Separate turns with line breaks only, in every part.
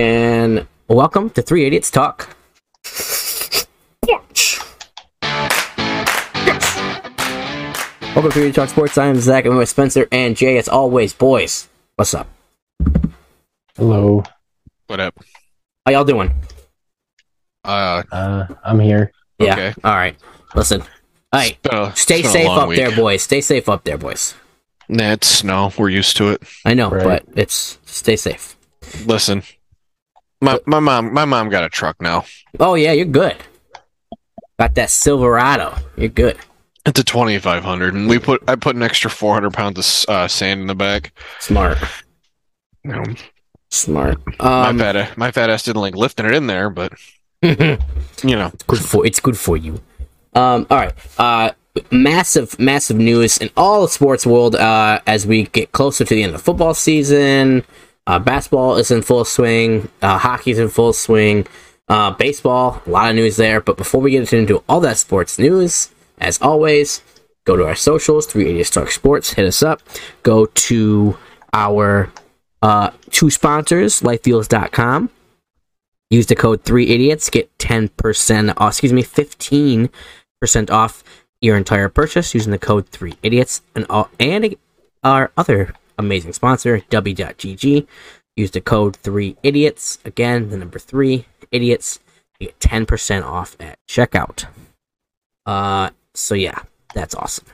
and welcome to Three Idiots Talk. Welcome to Three Idiots Talk Sports. I am Zach, and with Spencer and Jay, as always, boys. What's up?
Hello.
What up?
How y'all doing?
Uh,
Uh, I'm here.
Yeah.
Okay.
All right. Listen. All right.
it's been a-
Stay
it's been a
safe
long
up
week.
there, boys. Stay safe up there, boys.
Nah, it's snow. We're used to it.
I know,
Right.
but it's stay safe.
Listen, my my mom my mom got a truck now.
Oh yeah, you're good. Got that Silverado. You're good.
It's a twenty five hundred, and we put I put an extra four hundred pounds of s- uh, sand in the back.
Smart.
Um,
Smart.
my
Um,
fat a- my fat ass didn't like lifting it in there, but you know,
good for it's good for you. Um, all right. Uh, massive, massive news in all of sports world uh, as we get closer to the end of football season. Uh, basketball is in full swing. Uh, hockey's in full swing. Uh, baseball, a lot of news there. But before we get into all that sports news, as always, go to our socials, 380 Talk Sports, hit us up. Go to our uh, two sponsors, lifedeals.com. Use the code three idiots, get ten percent off excuse me, fifteen percent off your entire purchase using the code three idiots and all and our other amazing sponsor, W.GG. Use the code three idiots. Again, the number three idiots. You get ten percent off at checkout. Uh so yeah, that's awesome.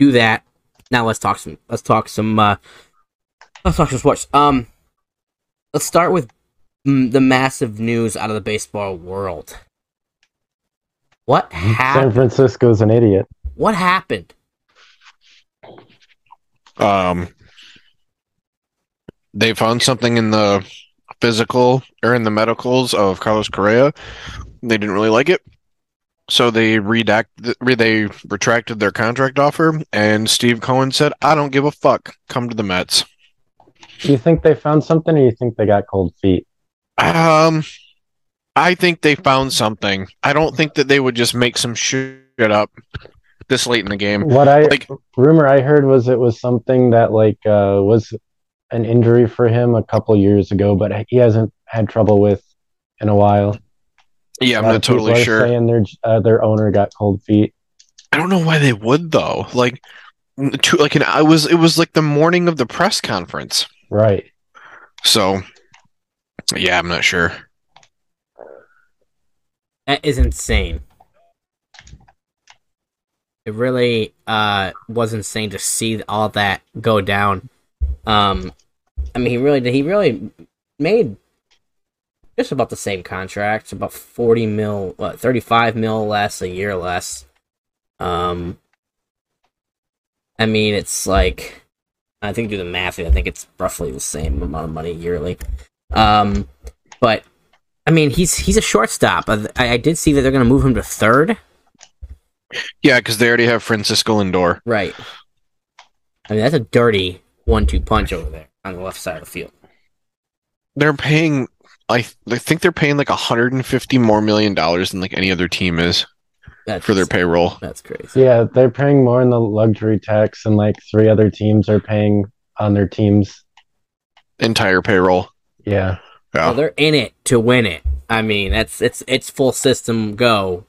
Do that. Now let's talk some let's talk some uh let's talk some sports. Um let's start with m- the massive news out of the baseball world. What
San
Ah.
happened?
Francisco's an idiot.
What happened?
um, they found something in the physical or in the medicals of Carlos Correa. They didn't really like it, so they redact re- they retracted their contract offer. And Steve Cohen said, "I don't give a fuck. Come to the Mets."
You think they found something, or you think they got cold feet?
Um, I think they found something. I don't think that they would just make some shit up this late in the game.
What I
Like,
rumor I heard was it was something that like uh, was an injury for him a couple years ago, but he hasn't had trouble with in a while.
yeah, I'm
Uh,
not totally
people are
sure.
Saying their uh, their owner got cold feet.
I don't know why they would though. Like, to, like an I was it was like the morning of the press conference.
Right.
So, yeah, I'm not sure.
That is insane. It really uh, was insane to see all that go down. Um, I mean, he really did. He really made just about the same contract, about forty mil, what, thirty-five mil less, a year less. Um, I mean, it's like I think do the math. I think it's roughly the same amount of money yearly. Um, but I mean, he's he's a shortstop. I, I did see that they're going to move him to third.
Yeah, because they already have Francisco Lindor.
Right. I mean, that's a dirty one-two punch over there on the left side of the field.
They're paying. I, th- I think they're paying like 150 more million dollars than like any other team is
That's
for their payroll.
That's crazy.
Yeah, they're paying more in the luxury tax, and like three other teams are paying on their teams.
Entire payroll.
Yeah.
Yeah.
Well, they're in it to win it. I mean, that's it's it's full system go.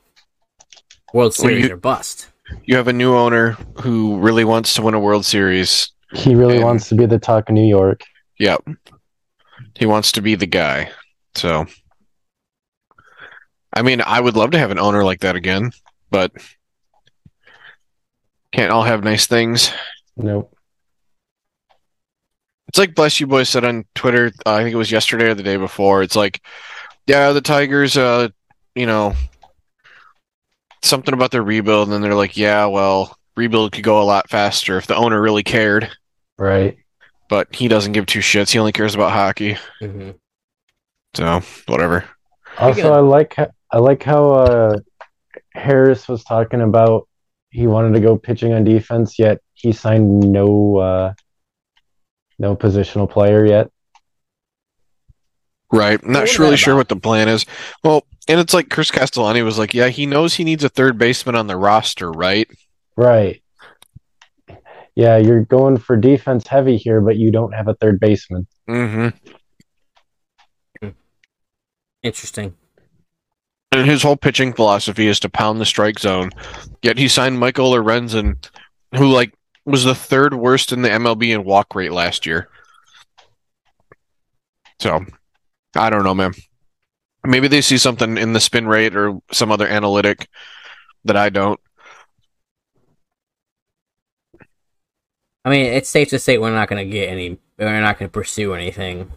World
Well,
Series
you-
or bust.
you have a new owner who really wants to win a World Series.
He really
And-
wants to be the talk of New York.
Yep. He wants to be the guy. So I mean, I would love to have an owner like that again, but can't all have nice things.
Nope.
It's like Bless You Boy said on Twitter, uh, I think it was yesterday or the day before. It's like, yeah, the Tigers, uh, you know, something about their rebuild. And then they're like, yeah, well, rebuild could go a lot faster if the owner really cared.
Right.
But he doesn't give two shits. He only cares about hockey.
hmm
So, whatever.
Also,
Speaking of-
I like ho- I like how uh, Harris was talking about he wanted to go pitching on defense, yet he signed no uh, no positional player yet.
Right.
What
Not
was
sure, really
that
sure
about?
what the plan is. Well, and it's like Chris Castellani was like, yeah, he knows he needs a third baseman on the roster, right?
Right. Yeah, you're going for defense heavy here, but you don't have a third baseman.
Mm-hmm.
Interesting.
And his whole pitching philosophy is to pound the strike zone. Yet he signed Michael Lorenzen, who like was the third worst in the MLB in walk rate last year. So I don't know, man. Maybe they see something in the spin rate or some other analytic that I don't.
I mean, it's safe to say we're not going to get any. We're not going to pursue anything.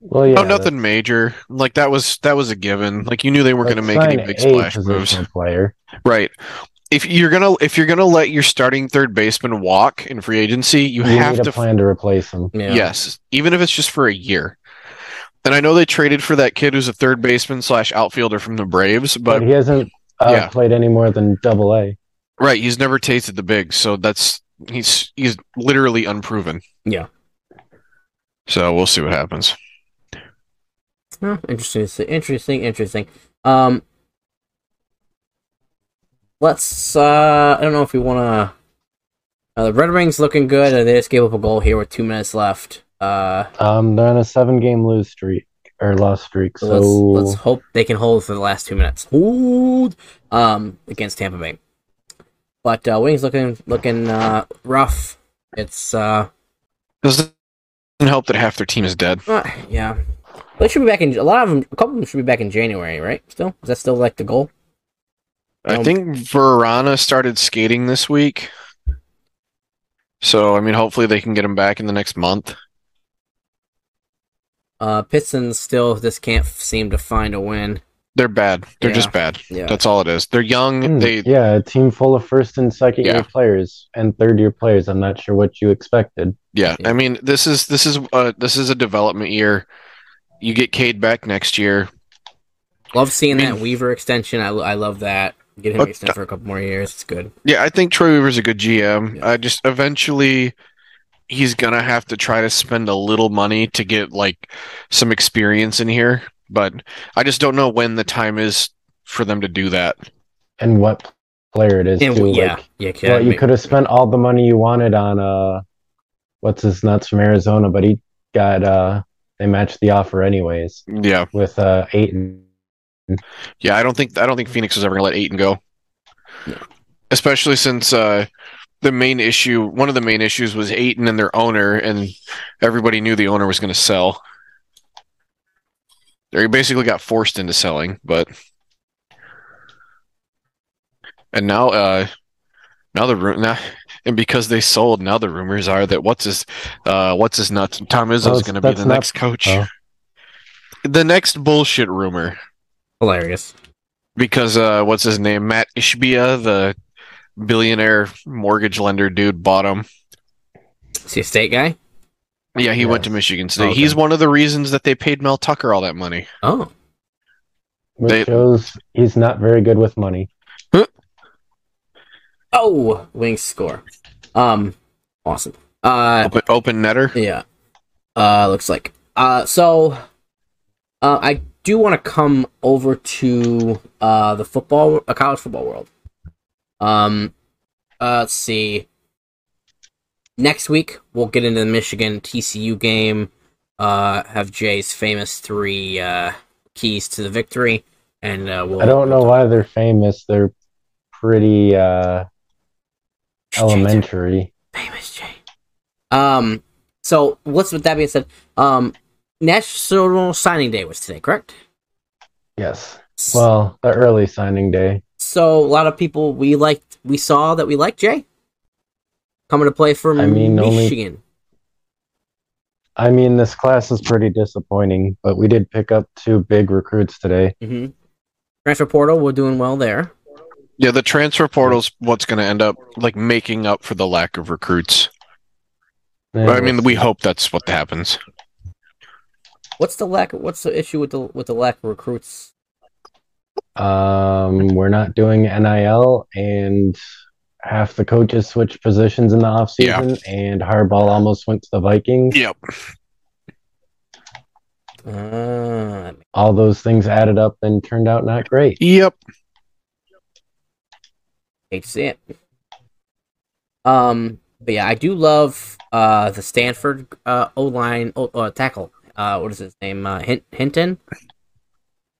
Well, yeah.
oh, nothing major. Like that was that was a given. Like you knew they weren't going to make any big splash moves.
Player.
Right. If you're gonna if you're gonna let your starting third baseman walk in free agency, you,
You,
have
need
to
a plan to replace him.
Yeah.
Yes, even if it's just for a year. And I know they traded for that kid who's a third baseman slash outfielder from the Braves,
But,
but
he hasn't uh,
yeah.
played any more than double A.
right, he's never tasted the big, so that's he's he's literally unproven.
Yeah.
So we'll see what happens.
Oh, interesting, interesting, interesting. Um, let's. Uh, I don't know if we want to. Uh, the Red Wings looking good. Uh, they just gave up a goal here with two minutes left. Uh,
Um, they're on a seven-game lose streak or loss streak.
so
So,
let's let's hope they can hold for the last two minutes. Hold um against Tampa Bay, but uh, Wings looking looking uh rough. It's uh
Doesn't help that half their team is dead.
uh, yeah. They should be back in a lot of them. A couple of them should be back in January, right? Still, is that still like the goal?
I
Um,
think Verana started skating this week. So I mean hopefully they can get him back in the next month.
Uh, Pistons still just can't f- seem to find a win.
They're bad. They're
Yeah.
just bad.
Yeah.
That's all it is. They're young.
Hmm,
They
yeah, a team full of first and second
Yeah.
year players and third year players. I'm not sure what you expected.
Yeah,
Yeah.
I mean, this is this is uh this is a development year. You get Cade back next year.
Love seeing
I mean-
that Weaver extension. I, lo- I love that. Get him
But-
extended for a couple more years. It's good.
Yeah, I think Troy Weaver's a good GM.
Yeah.
I just eventually he's gonna have to try to spend a little money to get like some experience in here, but I just don't know when the time is for them to do that.
and what player it is
And
too.
we- yeah,
Like,
yeah, kid,
well, you
make-
could have spent all the money you wanted on uh, what's his nuts from Arizona, but he got uh, they matched the offer anyways
Yeah.
with uh eight. And,
Yeah, I don't think I don't think Phoenix is ever gonna let Aiton go.
No.
Especially since uh, the main issue, one of the main issues was Aiton and their owner, and everybody knew the owner was gonna sell. They basically got forced into selling, but and now uh now the ru- now, and because they sold, now the rumors are that what's his uh what's his nuts Tom Izzo's
Well,
gonna be
Oh, that's
the
not-
next coach.
Oh.
The next bullshit rumor
hilarious.
because uh what's his name matt ishbia the billionaire mortgage lender dude bought him
See a state guy.
yeah he went to
Yes.
michigan state
Okay.
he's one of the reasons that they paid mel tucker all that money
Oh,
which
They-
shows he's not very good with money.
oh, Wings score. Um, awesome. Uh,
open, open netter
yeah. Uh, looks like. Uh, so, uh, I do want to come over to uh the football, uh, college football world. Um, uh, let's see. next week we'll get into the Michigan TCU game. Uh, have Jay's famous three uh, keys to the victory, and uh, we'll.
I don't know why they're famous. They're pretty uh
Jay's
elementary.
famous Jay. Um. So, what's with that being said? Um, National Signing Day was today, correct?
Yes. Well, the early signing day.
so a lot of people we liked, we saw that we liked Jay coming to play for
I mean, only-
Michigan.
I mean, this class is pretty disappointing, but we did pick up two big recruits today.
hmm Transfer portal, we're doing well there.
yeah the transfer portal's what's going to end up like making up for the lack of recruits
And
But, i mean we hope that's what happens
What's the lack? What's the issue with the with the lack of recruits?
Um, we're not doing NIL, and half the coaches switched positions in the offseason, and Harbaugh almost went to the Vikings.
yep
Uh,
All those things added up and turned out not great.
yep
hate to see it. Um, but yeah, I do love uh the Stanford uh O line uh, tackle. Uh, what is his name? Uh, Hin- Hinton.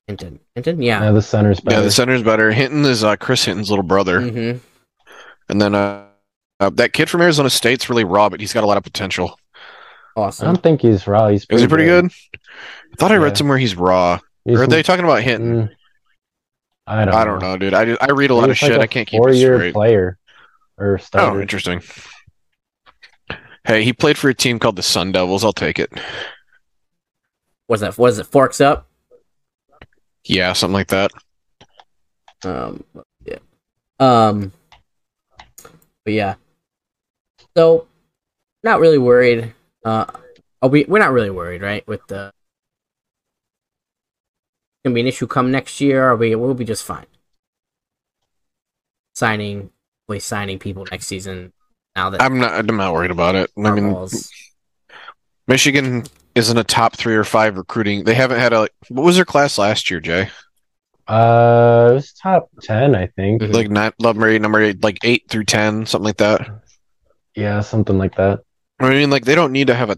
Hinton. Hinton? Yeah.
Now the center's better. Mm.
Yeah, the center's better. Hinton is uh, Chris Hinton's little brother,
Mm-hmm.
and then uh, uh, that kid from Arizona State's really raw, but he's got a lot of potential.
I
Awesome.
don't think he's raw. He's
Is he pretty good? I thought I
Yeah.
read somewhere he's raw.
He's
or are they talking about Hinton?
Mm. I don't.
I don't know, dude. I, I read a lot of
He's like
shit.
a
I can't keep it
four-year
straight.
player or
Oh,
starter.
interesting. Hey, he played for a team called the Sun Devils. I'll take it.
What's that? Was it Forks Up?
Yeah, something like that.
Um, yeah. Um, but yeah. So, not really worried. Uh, are we? We're not really worried, right? With the it's gonna be an issue come next year. Are we? We'll be just fine. Signing, we signing people next season. Now that
I'm not. I'm not worried about it. I
our
mean,
balls-
Michigan isn't a top three or five recruiting. They haven't had a. What was their class last year, Jay?
Uh, it was top ten, I think.
Mhm.
Like not number eight, number eight, like eight through ten, something like that.
Yeah, something like that.
I mean, like they don't need to have a.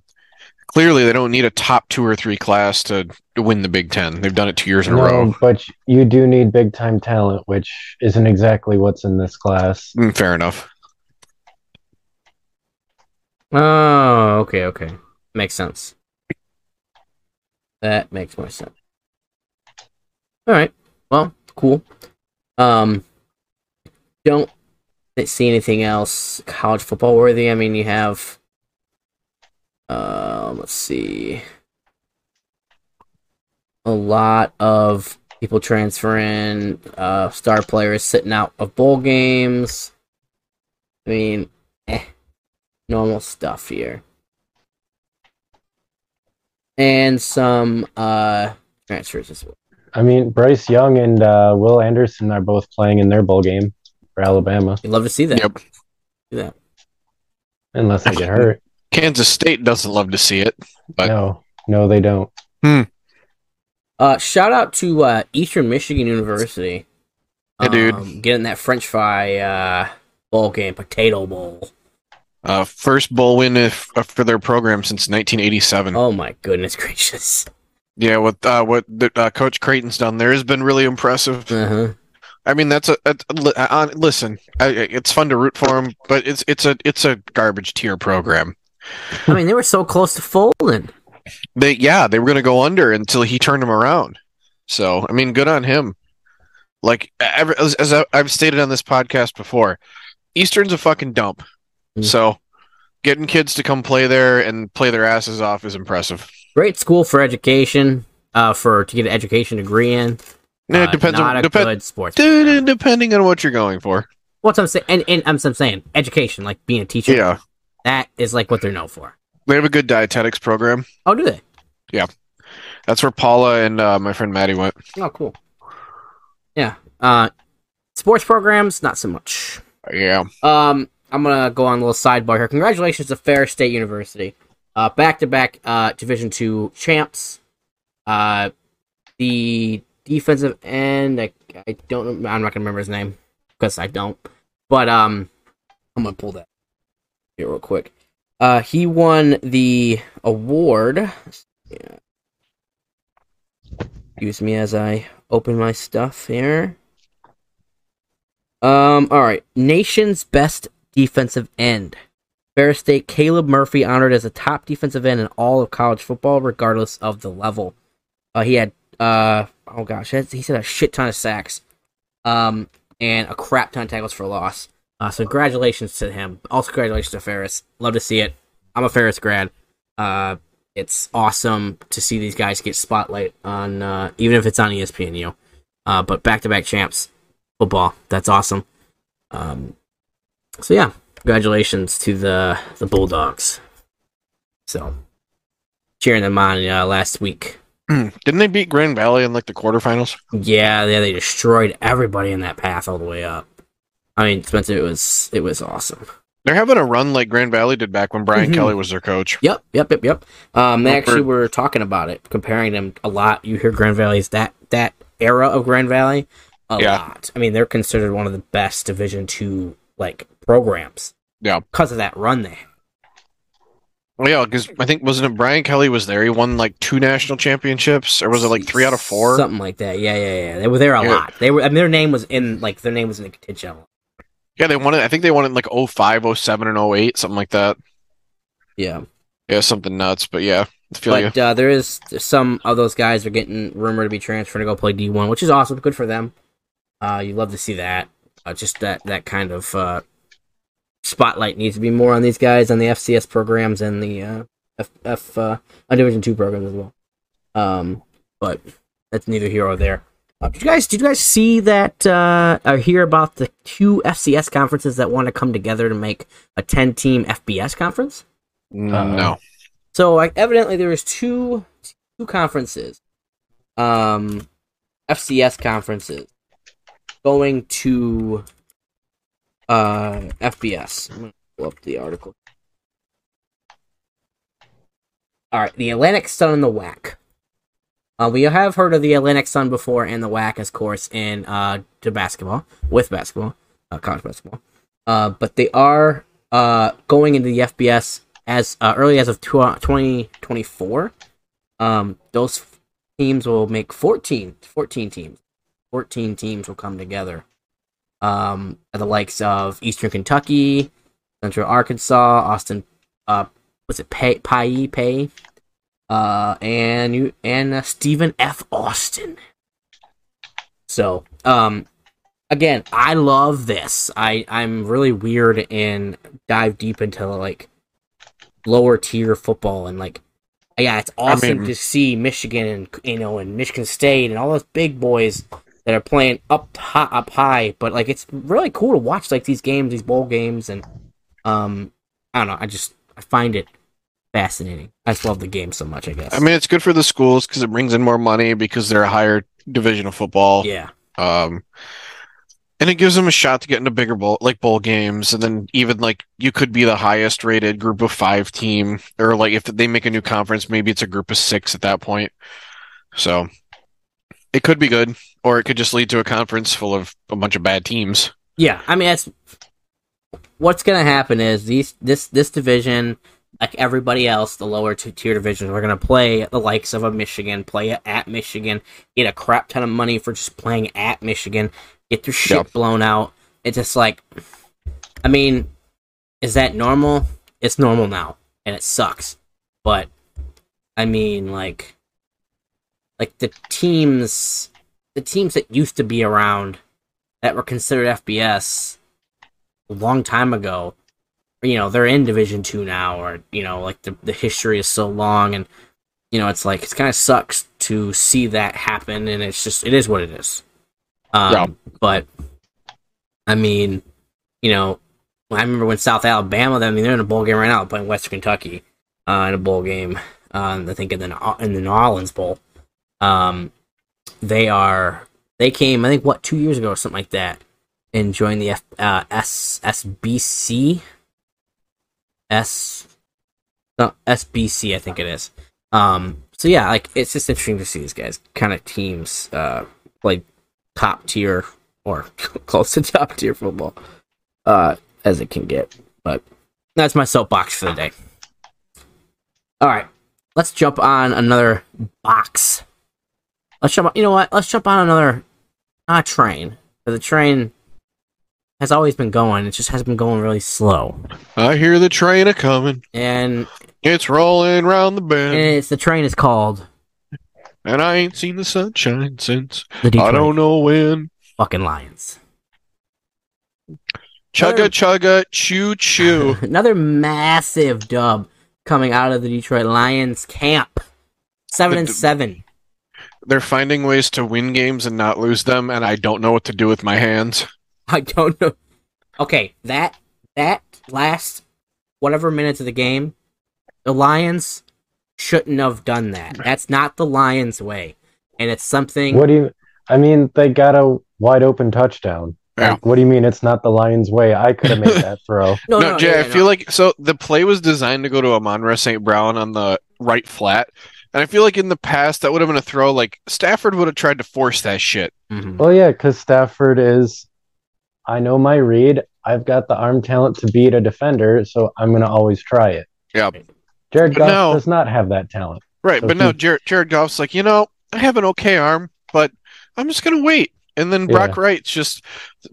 Clearly, they don't need a top two or three class to, to win the Big Ten. They've done it two years in a row.
No, but you do need big time talent, which isn't exactly what's in this class.
Mm, Fair enough.
Oh, okay, okay. Makes sense. That makes more sense. All right. Well, cool. Um, don't see anything else college football worthy. I mean, you have. Um, let's see. A lot of people transferring, uh, star players sitting out of bowl games. I mean, normal stuff here. And some uh transfers as well.
I mean, Bryce Young and uh, Will Anderson are both playing in their bowl game for Alabama,
You'd love to see that.
Yep.
unless they get hurt.
Kansas State doesn't love to see it. But-
No, no, they don't.
Uh shout out to uh Eastern Michigan University.
Hey, dude.
Um, Getting that French fry uh bowl game, potato bowl.
Uh, first bowl win if, uh, for their program since 1987.
Oh my goodness gracious.
Yeah, what uh, what the, uh, Coach Creighton's done there has been really impressive.
Uh-huh.
I mean, that's a, a, a li- uh, listen. I, I- it's fun to root for him, but it's it's a it's a garbage tier program.
I mean they were so close to folding.
They yeah, they were going to go under until he turned them around. So I mean, good on him. Like ever, as, as I- I've stated on this podcast before, Eastern's a fucking dump.
Mm.
So getting kids to come play there and play their asses off is impressive.
Great school for education, uh for to get an education degree in.
Yeah, it
Uh,
depends
not
on
a
depend,
good sports.
dude, depending on what you're going for.
What's I'm saying and, and I'm, I'm saying education, like being a teacher.
Yeah,
That is like what they're known for.
they have a good dietetics program.
Oh, do they?
That's where Paula and uh, my friend Maddie went.
Oh, cool. Yeah. Uh, sports programs, not so much.
Yeah.
Um, I'm gonna go on a little sidebar here. Congratulations to Ferris State University, uh, back-to-back uh, Division two champs. Uh, the defensive end, I, I don't, I'm not gonna remember his name because I don't. But um, I'm gonna pull that here real quick. Uh, he won the award. Yeah. Excuse me as I open my stuff here. Um, all right. Nation's best defensive end. Ferris State Caleb Murphy honored as a top defensive end in all of college football, regardless of the level. Uh, he had uh oh gosh, he said a shit ton of sacks, um, and a crap ton of tackles for loss. Uh, so congratulations to him. Also congratulations to Ferris. Love to see it. I'm a Ferris grad. Uh, it's awesome to see these guys get spotlight on uh, even if it's on ESPNU. Uh, but back to back champs football. That's awesome. Um, so yeah, congratulations to the the Bulldogs. So cheering them on uh, last week.
Hmm. Didn't they beat Grand Valley in like the quarterfinals?
Yeah, yeah, they destroyed everybody in that path all the way up. I mean, Spencer, it was it was awesome.
They're having a run like Grand Valley did back when Brian
Mhm.
Kelly was their coach.
Yep, yep, yep, yep. Um, they
Well,
actually were talking about it, comparing them a lot. You hear Grand Valley's that that era of Grand Valley a
Yeah.
lot. I mean, they're considered one of the best Division two like programs.
Yeah.
because of that run they
Well, yeah, because I think wasn't it Brian Kelly was there? He won like two national championships, or was it like three out of four?
Something like that. Yeah, yeah, yeah. They were there a
Yeah.
lot. They were. I mean, their name was in like their name was in the contention. a lot.
Yeah, they won it. I think they won it in like 05, 07, and 08, something like that.
Yeah,
Yeah, something nuts. But yeah, I feel you.
but uh, there is some of those guys are getting rumored to be transferred to go play D one, which is awesome. Good for them. Uh, you love to see that. Uh, just that that kind of uh, spotlight needs to be more on these guys on the FCS programs and the uh, F, F uh, uh, Division two programs as well. Um, but that's neither here or there. Uh, did you guys did you guys see that uh, or hear about the two FCS conferences that want to come together to make a ten team FBS conference?
Mm, no.
So like evidently there was two two conferences, um, FCS conferences going to uh FBS. I'm gonna pull up the article. All right, the Atlantic Sun and the WAC. Uh, we have heard of the Atlantic Sun before, and the WAC, of course, in uh to basketball with basketball, uh, college basketball. Uh, but they are uh going into the FBS as uh, early as of tw- 2024 um those teams will make 14 14 teams 14 teams will come together um the likes of eastern kentucky central arkansas austin uh was it pay pay pay uh and you and uh, stephen f austin so um again i love this i i'm really weird and dive deep into like lower tier football and like yeah it's awesome
mean-
to see michigan and you know and michigan state and all those big boys that are playing up high, up high but like it's really cool to watch like these games these bowl games and um i don't know i just i find it fascinating i just love the game so much i guess
I mean, it's good for the schools because it brings in more money because they're a higher division of football.
yeah
Um, and it gives them a shot to get into bigger bowl, like bowl games, and then even like you could be the highest rated group of five team, or like if they make a new conference, maybe it's a group of six at that point. So it could be good, or it could just lead to a conference full of a bunch of bad teams.
Yeah, I mean that's what's gonna happen is these this this division, like everybody else, the lower two tier divisions, we're gonna play the likes of a Michigan, play at Michigan, get a crap ton of money for just playing at Michigan, get their shit
Yeah.
blown out. It's just like, I mean, is that normal? It's normal now, and it sucks. But I mean, like, like the teams, the teams that used to be around that were considered FBS a long time ago, you know, they're in Division Two now, or you know, like the the history is so long, and you know, it's like it's kind of sucks to see that happen, and it's just it is what it is. Um,
Yeah.
But I mean, you know, I remember when South Alabama, I mean, they're in a bowl game right now, playing Western Kentucky uh, in a bowl game. Um, I think in the in the New Orleans Bowl, um, they are they came I think what two years ago or something like that and joined the F, uh, S SBC S no, SBC I think it is. Um, so yeah, like it's just interesting to see these guys kind of teams uh, play top tier or close to top tier football uh, as it can get. But that's my soapbox for the day. All right, let's jump on another box. Let's jump. On, you know what? Let's jump on another not a train. But the train has always been going. It just has been going really slow.
I hear the train a coming.
And,
It's rolling round the
and
bend,
it's the train is called
and I ain't seen the sunshine since
the Detroit
I don't know when.
fucking Lions.
Chugga chugga choo choo.
Another massive dub coming out of the Detroit Lions camp. Seven and
The-
seven.
They're finding ways to win games and not lose them, and I don't know what to do with my hands.
I don't know. Okay, that that last whatever minutes of the game, the Lions shouldn't have done that. That's not the Lions way, and it's something.
What do you? I mean, they got a wide open touchdown.
Yeah.
Like, what do you mean it's not the Lions' way? I could have made that throw.
Oh, No,
no, Jay,
yeah,
I
no.
feel like so the play was designed to go to Amonra St. Brown on the right flat, and I feel like in the past that would have been a throw. Like Stafford would have tried to force that shit.
Mhm.
Well, Oh, yeah, because Stafford is. I know my read. I've got the arm talent to beat a defender, so I'm gonna always try it. Jared
But
Goff
no.
does not have that talent.
Right,
So
but no,
he-
Jared, Jared Goff's like, you know, I have an okay arm, but I'm just gonna wait. And then Brock Wright's just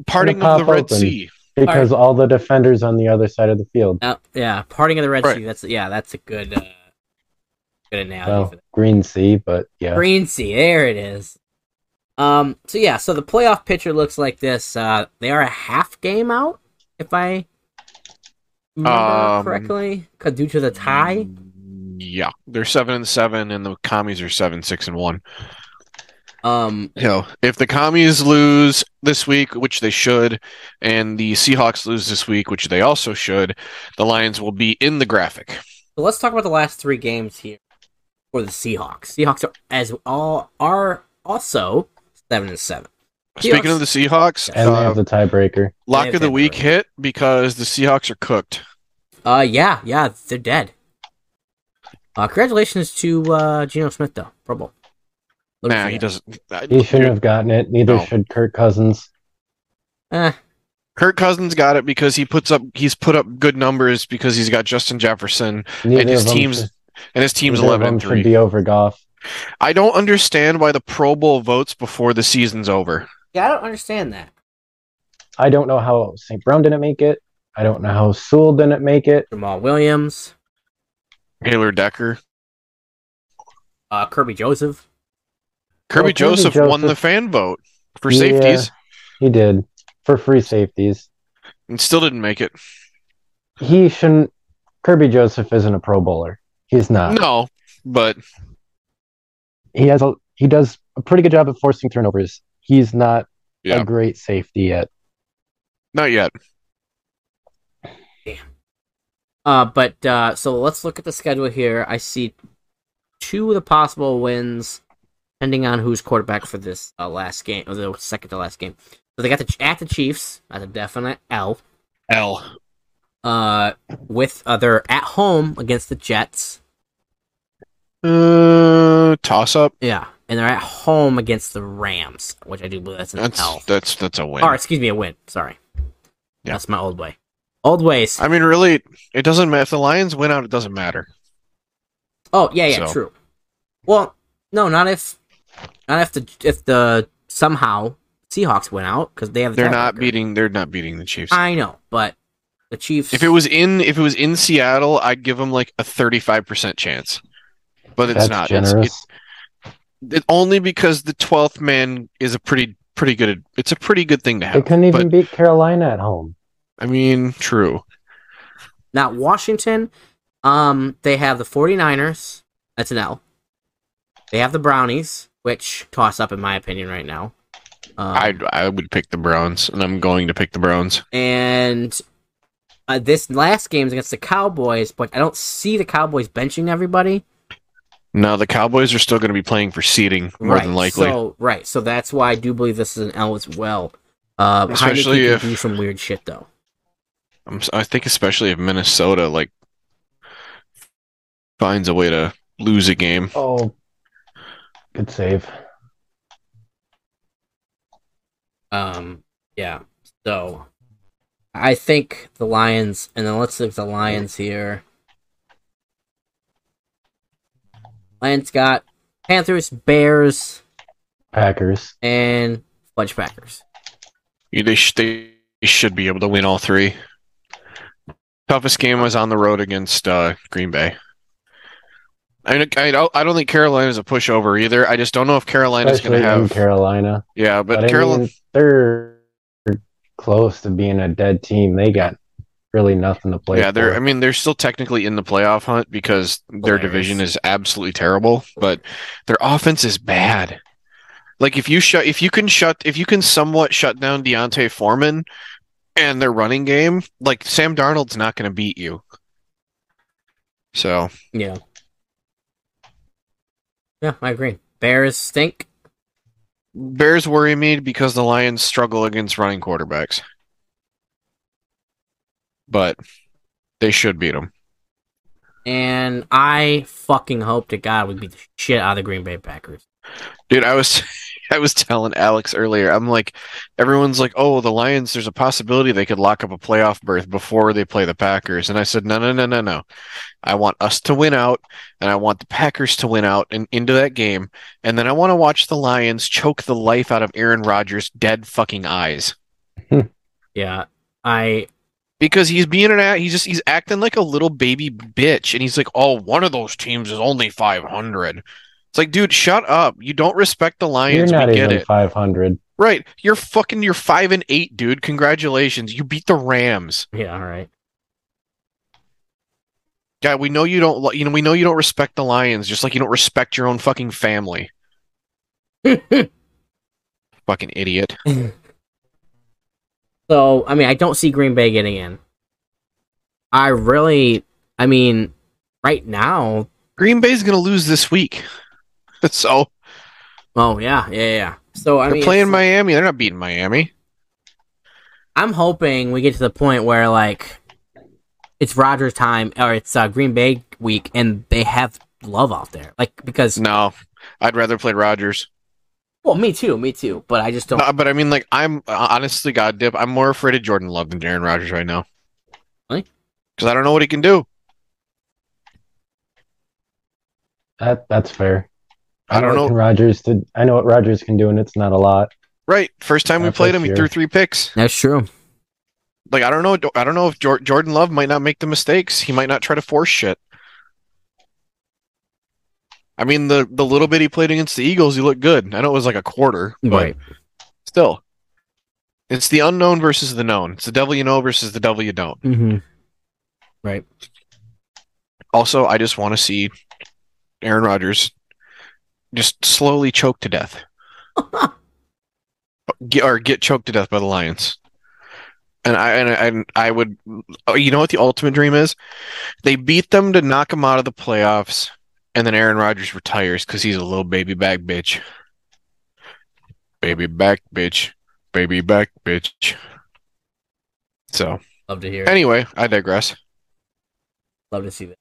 parting of
pop
the Red
open.
Sea.
Because all the defenders on the other side of the field.
Uh, yeah, parting of the Red
Right.
Sea. That's yeah, that's a good, uh, good analogy
Well,
for that.
green sea, but yeah.
Green Sea, there it is. Um, so yeah, so the playoff picture looks like this. Uh, they are a half game out, if I remember
Um,
correctly, 'cause due to the tie.
Yeah, they're seven and seven, and the commies are seven, six, and one.
Um,
You know, if the commies lose this week, which they should, and the Seahawks lose this week, which they also should, the Lions will be in the graphic.
so let's talk about the last three games here for the Seahawks. Seahawks are as all are also seven and seven.
Speaking
Seahawks.
of the Seahawks,
And they
uh,
have the tiebreaker.
They
lock
have
of the
Denver.
week hit because the Seahawks are cooked.
Uh, yeah, yeah, they're dead. Uh, congratulations to uh Geno Smith though, Pro Bowl. Look
Nah,
for
he
that.
doesn't. uh, I-
He shouldn't have gotten it. Neither
No.
should Kirk Cousins.
Eh,
Kirk Cousins got it because he puts up he's put up good numbers because he's got Justin Jefferson
Neither
and his
of them
teams
should-
and his team's
neither of
11 and
them should
3.
be over Goff.
I don't understand why the Pro Bowl votes before the season's over.
yeah, I don't understand that.
I don't know how St. Brown didn't make it. I don't know how Sewell didn't make it.
Jamal Williams,
Taylor Decker,
uh, Kirby Joseph.
Kirby
Kirby
Joseph, won
Joseph-
the fan vote for
Yeah.
safeties
He did for free safeties.
and still didn't make it.
He shouldn't. Kirby Joseph isn't a Pro Bowler. He's not.
No, but
He has a he does a pretty good job at forcing turnovers. He's not
Yeah.
a great safety yet.
not yet.
Uh, but uh, so let's look at the schedule here. I see two of the possible wins, depending on who's quarterback for this uh, last game or the second to last game. So they got the at the Chiefs. That's a definite L.
L.
Uh, with uh, they're at home against the Jets.
Uh, toss up.
Yeah, and they're at home against the Rams, which I do believe that's an
That's
L.
that's that's a win.
Or excuse me, a win. Sorry,
Yeah.
that's my old way. Old ways.
I mean, really, it doesn't matter if the Lions win out. It doesn't matter.
Oh yeah, yeah,
So-
true. Well, no, not if, not if the if the somehow Seahawks went out because they have. The
They're not
tiebreaker.
beating. They're not beating the Chiefs.
I know, but the Chiefs.
If it was in if it was in Seattle, I'd give them like a 35% chance. But it's
That's
not. It's,
generous.
it's it- only because the 12th man is a pretty pretty good it's a pretty good thing to
they
have.
couldn't even
But,
beat Carolina at home.
I mean, true.
not Washington, um, they have the 49ers. That's an L. They have the Brownies, which toss up in my opinion right now. Um,
I I would pick the Browns and I'm going to pick the Browns.
and uh, this last game's against the Cowboys, but I don't see the Cowboys benching everybody.
Now the Cowboys are still going to be playing for seeding more than likely.
So right, so that's why I do believe this is an L as well. Uh, Heineken
Especially
can
if-
do some weird shit though.
I'm, si think especially if Minnesota like finds a way to lose a game.
Oh, good save.
Um, yeah. So I think the Lions, and then let's look at the Lions here. Lions got Panthers, Bears,
Packers.
and Fudge Packers.
You- They, sh- they should be able to win all three. Toughest game was on the road against uh, Green Bay. I, mean, I don't. I don't think Carolina's a pushover either. I just don't know if Carolina's going
Especially
to
in
have.
Carolina.
yeah, but,
But, I
Carolina.
mean, they're close to being a dead team. They got really nothing to play
yeah, they're. I
for.
mean, they're still technically in the playoff hunt because their
Hilarious.
division is absolutely terrible. But their offense is bad. Like if you shut, if you can shut, if you can somewhat shut down Deontay Foreman and their running game, like Sam Darnold's not going to beat you. So.
Yeah. Yeah, I agree. Bears stink.
Bears worry me because the Lions struggle against running quarterbacks. But they should beat them.
and I fucking hope to God we beat the shit out of the Green Bay Packers.
Dude, I was I was telling Alex earlier. I'm like, everyone's like, oh, the Lions. There's a possibility they could lock up a playoff berth before they play the Packers. And I said, no, no, no, no, no. I want us to win out, and I want the Packers to win out and into that game, and then I want to watch the Lions choke the life out of Aaron Rodgers' dead fucking eyes
Yeah, I
because he's being an act. He's just he's acting like a little baby bitch, and he's like, oh, one of those teams is only 500. It's like, dude, shut up. You don't respect the
You're
Lions.
not
we get
even
it.
500.
Right. You're fucking you're five and eight, dude. Congratulations. You beat the Rams.
yeah, all right.
Guy, we know you don't li- you know we know you don't respect the Lions, just like you don't respect your own fucking family. Fucking idiot.
So I mean, I don't see Green Bay getting in. I really, I mean, right now,
Green Bay's gonna lose this week. So
oh yeah, yeah, yeah. So I
they're
mean,
playing
it's-
Miami. They're not beating Miami.
I'm hoping we get to the point where like it's Rogers time or it's uh, Green Bay week and they have love out there. Like because
No. I'd rather play Rodgers.
well, me too, me too. But I just don't.
No, but I mean like I'm uh, honestly god dip, I'm more afraid of Jordan Love than Aaron Rodgers right now.
Really?
Because I don't know what he can do.
That that's fair.
I don't know.
Rogers did. I know what Rogers can do, and it's not a lot.
Right. First time we
Not
played
this
him, he
year.
threw three picks.
That's true.
like I don't know. I don't know if Jor- Jordan Love might not make the mistakes. He might not try to force shit. I mean, the the little bit he played against the Eagles, he looked good. I know it was like a quarter, but
Right.
still, it's the unknown versus the known. It's the devil you know versus the devil you don't.
Mm-hmm.
Also, I just want to see Aaron Rodgers just slowly choke to death, get, or get choked to death by the Lions. And I and I, and I would, oh, you know what the ultimate dream is? They beat them to knock them out of the playoffs, and then Aaron Rodgers retires because he's a little baby back bitch. Baby back bitch, baby back bitch. So
Love to hear. it.
anyway, I digress.
Love to see that.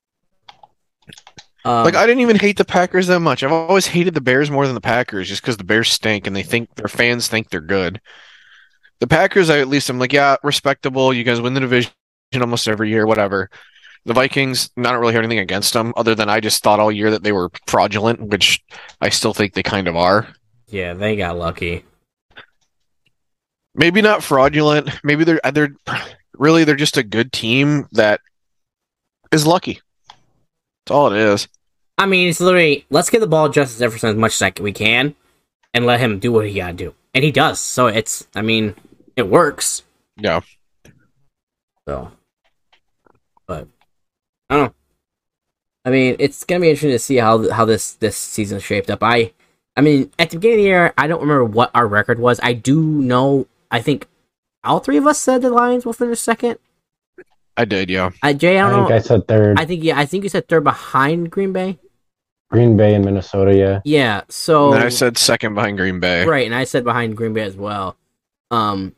Um,
Like I didn't even hate the Packers that much. I've always hated the Bears more than the Packers, just because the Bears stink and they think their fans think they're good. The Packers, I at least I'm like, yeah, respectable. You guys win the division almost every year, whatever. The Vikings, I don't really have anything against them, other than I just thought all year that they were fraudulent, which I still think they kind of are.
yeah, they got lucky.
Maybe not fraudulent. Maybe they're they're really they're just a good team that is lucky. That's all it is.
I mean, it's literally let's give the ball to Justice Jefferson as much as like, we can, and let him do what he gotta do, and he does. So it's, I mean, it works.
Yeah.
So, but I don't know. I mean, it's gonna be interesting to see how how this this season shaped up. I, I mean, at the beginning of the year, I don't remember what our record was. I do know. I think all three of us said the Lions will finish second.
I did, yeah.
Uh, Jay, I
I,
don't
think
know.
I said third.
I think yeah. I think you said they're behind Green Bay.
Green Bay and Minnesota. Yeah,
Yeah. So
And then I said second behind Green Bay.
right, and I said behind Green Bay as well. Um,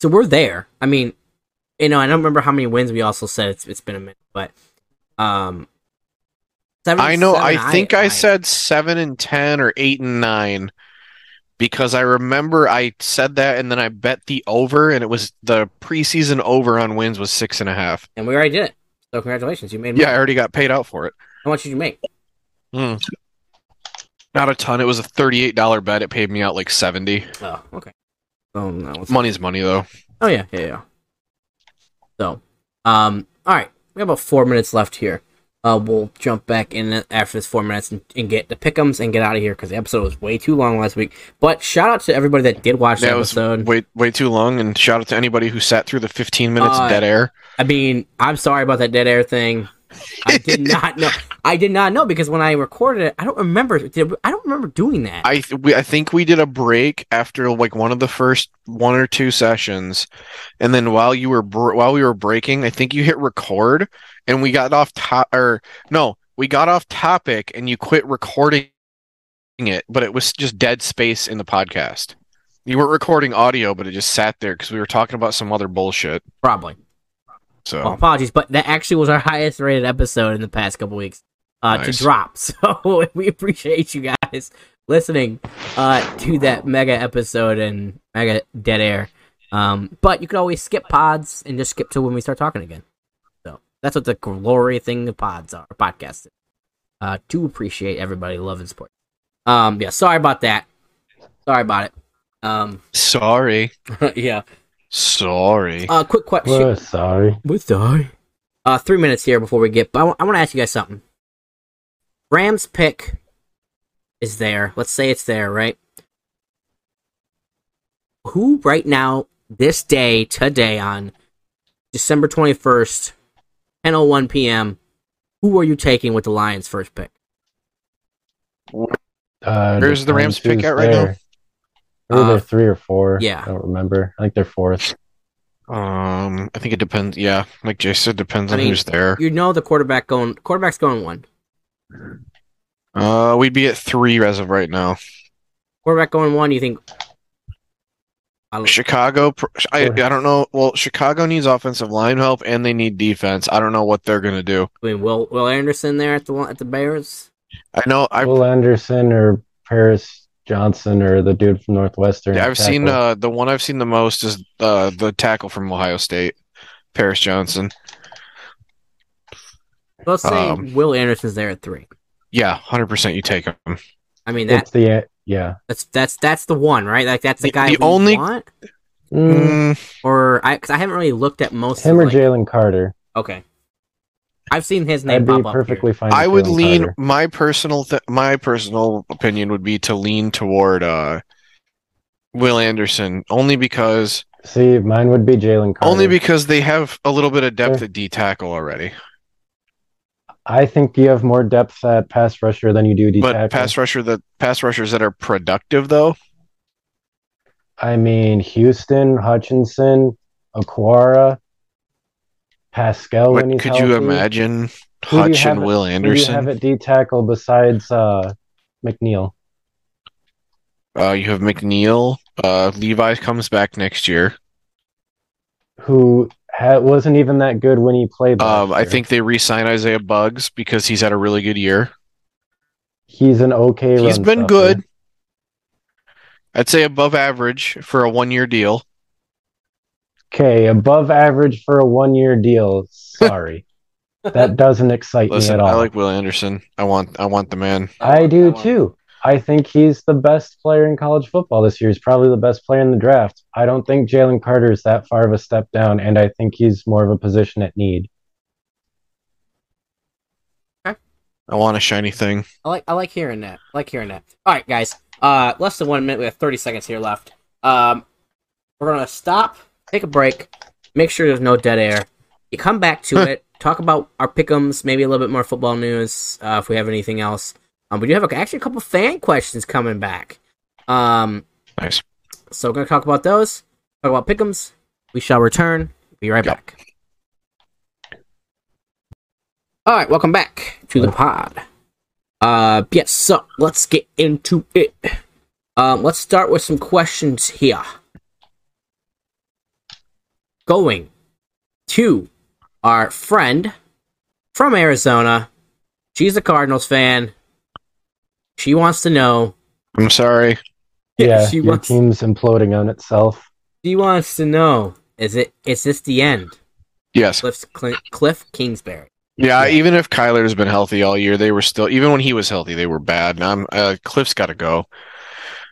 so we're there. I mean, you know, I don't remember how many wins we also said. It's it's been a minute, but um,
I know.
77,
I think I, said seven and ten or eight and nine because I remember I said that, and then I bet the over, and it was the preseason over on wins was six and a half.
and we already did it. So congratulations, you made.
Yeah, I
money.
already got paid out for it. Hmm.
How much did you make?
Not a ton. It was a thirty-eight dollar bet. It paid me out like seventy.
Oh, okay. Oh no. it's-
Money's money though.
Oh yeah, yeah, yeah. So, um, all right, we have about four minutes left here. Uh, we'll jump back in after this four minutes and, and get the pickums and get out of here because the episode was way too long last week. But shout out to everybody that did watch the
That was
episode.
way way too long. And shout out to anybody who sat through the fifteen minutes
Uh,
of dead air.
I mean, I'm sorry about that dead air thing. I did not know. I did not know because when I recorded it, I don't remember. Did, I don't remember doing that.
I th- we, I think we did a break after like one of the first one or two sessions, and then while you were br- while we were breaking, I think you hit record, and we got off top or no, we got off topic, and you quit recording it, but it was just dead space in the podcast. You weren't recording audio, but it just sat there because we were talking about some other bullshit.
Probably.
So
Well, apologies, but that actually was our highest rated episode in the past couple weeks uh,
Nice.
to drop. So we appreciate you guys listening uh, to that mega episode and mega dead air. Um, but you can always skip pods and just skip to when we start talking again. So that's what the glory thing of pods are, podcasts. Uh, do appreciate everybody love and support. Um, yeah, sorry about that. Sorry about it. Um,
sorry,
yeah.
sorry.
Uh, quick question.
We're sorry.
We're sorry. Uh, three minutes here before we get. But I want to ask you guys something. Rams pick is there. Let's say it's there, right? Who right now, this day, today on December twenty first, ten oh one p.m. Who are you taking with the Lions' first pick?
Uh,
Where's the Rams pick at right now?
now? Either
Uh,
three or four.
yeah.
I don't remember. I think they're fourth.
um, I think it depends. Yeah, like Jay said, depends
I
on
mean,
who's there.
You know the quarterback going. Quarterback's going one.
Uh, we'd be at three as of right now.
Quarterback going one. You think? I-
Chicago, pr- I, I
Sure.
don't know. Well, Chicago needs offensive line help and they need defense. I don't know what they're gonna do.
I mean, Will Will Anderson there at the at the Bears.
I know I
Will Anderson or Paris Johnson or the dude from Northwestern.
I've seen
tackle.
uh, the one I've seen the most is uh, the tackle from Ohio State, Paris Johnson.
Let's say
Um,
Will Anderson's there at three.
Yeah, hundred percent. You take him.
I mean that
it's the uh, yeah.
that's that's that's the one, right? Like that's the
The-
guy
the
we
only-
want.
Mm,
Mm,
Or I because I haven't really looked at most.
him
of,
or
like-
Jalen Carter.
Okay, I've seen his name
I'd be
pop up.
perfectly fine. with
I would
Jalen
lean.
Carter.
My personal th- my personal opinion would be to lean toward uh, Will Anderson only because
See, mine would be Jalen Carter.
only because they have a little bit of depth at D tackle already.
I think you have more depth at pass rusher than you do D
But
tackle.
pass rusher that pass rushers that are productive though.
I mean, Houston, Hutchinson, Aquara, Pascal. Oh, when
What,
he's
could you
healthy.
imagine
do you
Hutch
have-
and Will
Who do you have
Anderson?
at D tackle besides uh, McNeil?
uh, you have McNeil. Uh, Levi comes back next year.
who ha- wasn't even that good when he played. last
Um, I
year.
think they re-sign Isaiah Bugs because he's had a really good year.
he's an okay.
He's
run
been
stopper.
good. I'd say above average for a one-year deal.
Okay, above average for a one-year deal. Sorry, that doesn't excite
Listen,
me at
I
all.
like Will Anderson. I want, I want the man.
I do
want-
too. I think he's the best player in college football this year. He's probably the best player in the draft. I don't think Jalen Carter is that far of a step down, and I think he's more of a position at need.
I want a shiny thing.
I like I like hearing that. I like hearing that. All right, guys. Uh, less than one minute. We have thirty seconds here left. Um, we're gonna stop, take a break, make sure there's no dead air. You come back to it. Talk about our pickums. Maybe a little bit more football news uh, if we have anything else. Um, we do have a, actually a couple fan questions coming back. Um,
Nice.
so we're gonna talk about those. Talk about pickums. We shall return. Be right
Yep.
back. All right, welcome back to the pod. Uh, yes. So let's get into it. Um, let's start with some questions here. Going to our friend from Arizona. She's a Cardinals fan. She wants to know.
I'm sorry.
Yeah,
she
your
wants
team's imploding on itself.
She wants to know: Is it is this the end?
Yes.
Cliff Cl- Cliff Kingsbury.
Yeah.
Yeah.
Even if Kyler's been healthy all year, they were still. Even when he was healthy, they were bad. And I'm. Uh, Cliff's got to go.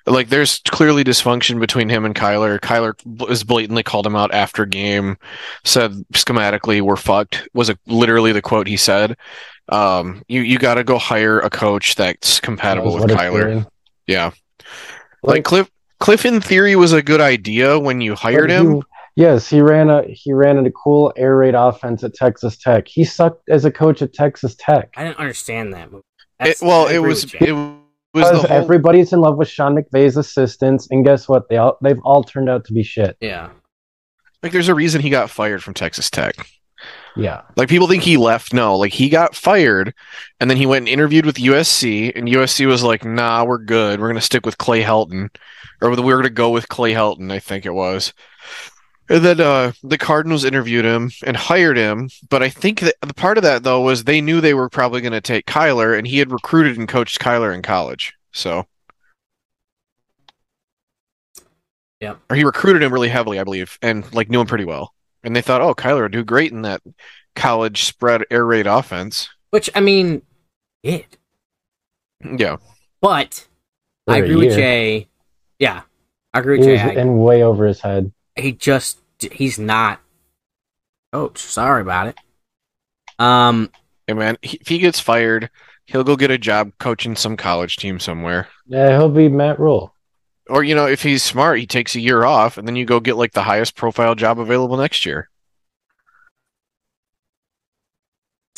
Like, there's clearly dysfunction between him and Kyler. Kyler bl- is blatantly called him out after game. Said schematically, "We're fucked." Was a, literally the quote he said. Um, you you got to go hire a coach that's compatible
Knows what
with
it's
Kyler.
doing.
Yeah. Like Cliff Cliff in theory was a good idea when you
But
hired
he-
him.
yes, he ran a he ran a cool air raid offense at Texas Tech. He sucked as a coach at Texas Tech
I didn't understand that movie.
It,
That's-
well,
I
it
agree
was
with you.
it was the
because
whole,
everybody's in love with Sean McVay's assistants, and guess what? They all they've all turned out to be shit.
yeah.
like there's a reason he got fired from Texas Tech.
Yeah,
Like people think he left. No, like he got fired and then he went and interviewed with USC and USC was like, "Nah, we're good. We're going to stick with Clay Helton." Or we were going to go with Clay Helton, I think it was. And then uh, the Cardinals interviewed him and hired him. But I think that the part of that though was they knew they were probably going to take Kyler, and he had recruited and coached Kyler in college. So,
Yep.
or he recruited him really heavily, I believe, and like knew him pretty well. And they thought, oh, Kyler would do great in that college spread air raid offense.
Which I mean, it.
Yeah,
But I
For a
agree with
year.
Jay. Yeah, I agree
He
with Jay.
was
I-
in way over his head.
he just he's not coach. Sorry about it. Um,
and man, he, if he gets fired, he'll go get a job coaching some college team somewhere.
Yeah, he'll be Matt Rule.
Or you know, if he's smart, he takes a year off, and then you go get like the highest profile job available next year.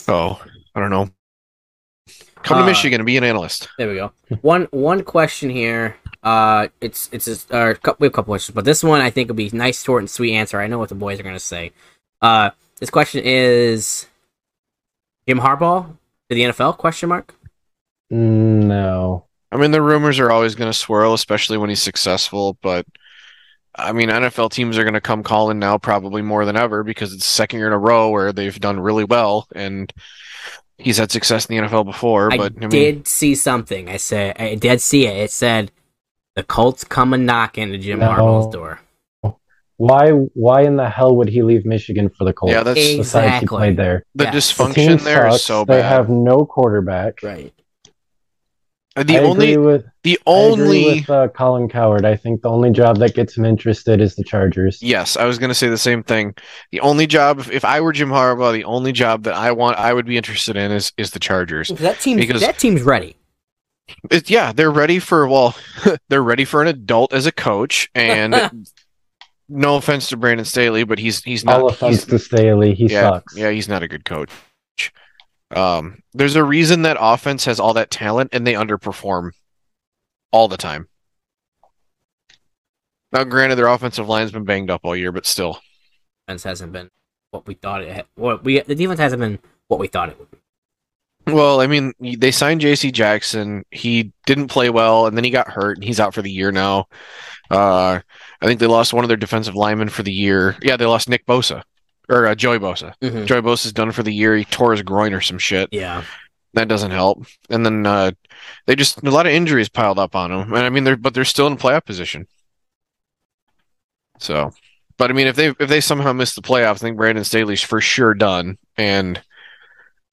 Oh, I don't know. Come to
Uh,
Michigan and be an analyst.
there we go. One one question here. Uh, it's it's just, uh, cou- we have a couple questions, but this one I think will be nice, short, and sweet answer. I know what the boys are gonna say. Uh, this question is Jim Harbaugh to the NFL? Question mark.
Mm, No.
I mean, the rumors are always going to swirl, especially when he's successful. But I mean, NFL teams are going to come calling now probably more than ever because it's the second year in a row where they've done really well, and he's had success in the NFL before.
I,
But I mean,
did see something. I said I did see it. It said the Colts come a knocking to Jim
No.
Harbaugh's door.
Why why in the hell would he leave Michigan for the Colts?
yeah, that's
Ex-
Besides, he
Exactly.
played there.
the
yes.
The team
dysfunction there is
sucks.
so
they
bad.
have no quarterback.
Right.
And the
I
only,
agree with
the
I
only,
agree with uh, Colin Coward. I think the only job that gets him interested is the Chargers.
yes, I was going to say the same thing. The only job, if, if I were Jim Harbaugh, the only job that I want, I would be interested in is is the Chargers.
That team.
Because-
that team's ready.
It, yeah, they're ready for well, they're ready for an adult as a coach. And no offense to Brandon Staley, but he's he's not.
All offense
he's-
to Staley, he
yeah,
sucks.
yeah, he's not a good coach. Um, there's a reason that offense has all that talent and they underperform all the time. Now, granted, their offensive line's been banged up all year, but still,
defense hasn't been what we thought it. Ha- what we the defense hasn't been what we thought it would. be.
Well, I mean, they signed J.C. Jackson. He didn't play well, and then he got hurt, and he's out for the year now. Uh, I think they lost one of their defensive linemen for the year. Yeah, they lost Nick Bosa or uh, Joey Bosa. Joey Bosa's done for the year. He tore his groin or some shit.
Yeah,
That doesn't help. And then uh, they just a lot of injuries piled up on them. And I mean, they're but they're still in playoff position. So, but I mean, if they if they somehow miss the playoffs, I think Brandon Staley's for sure done. And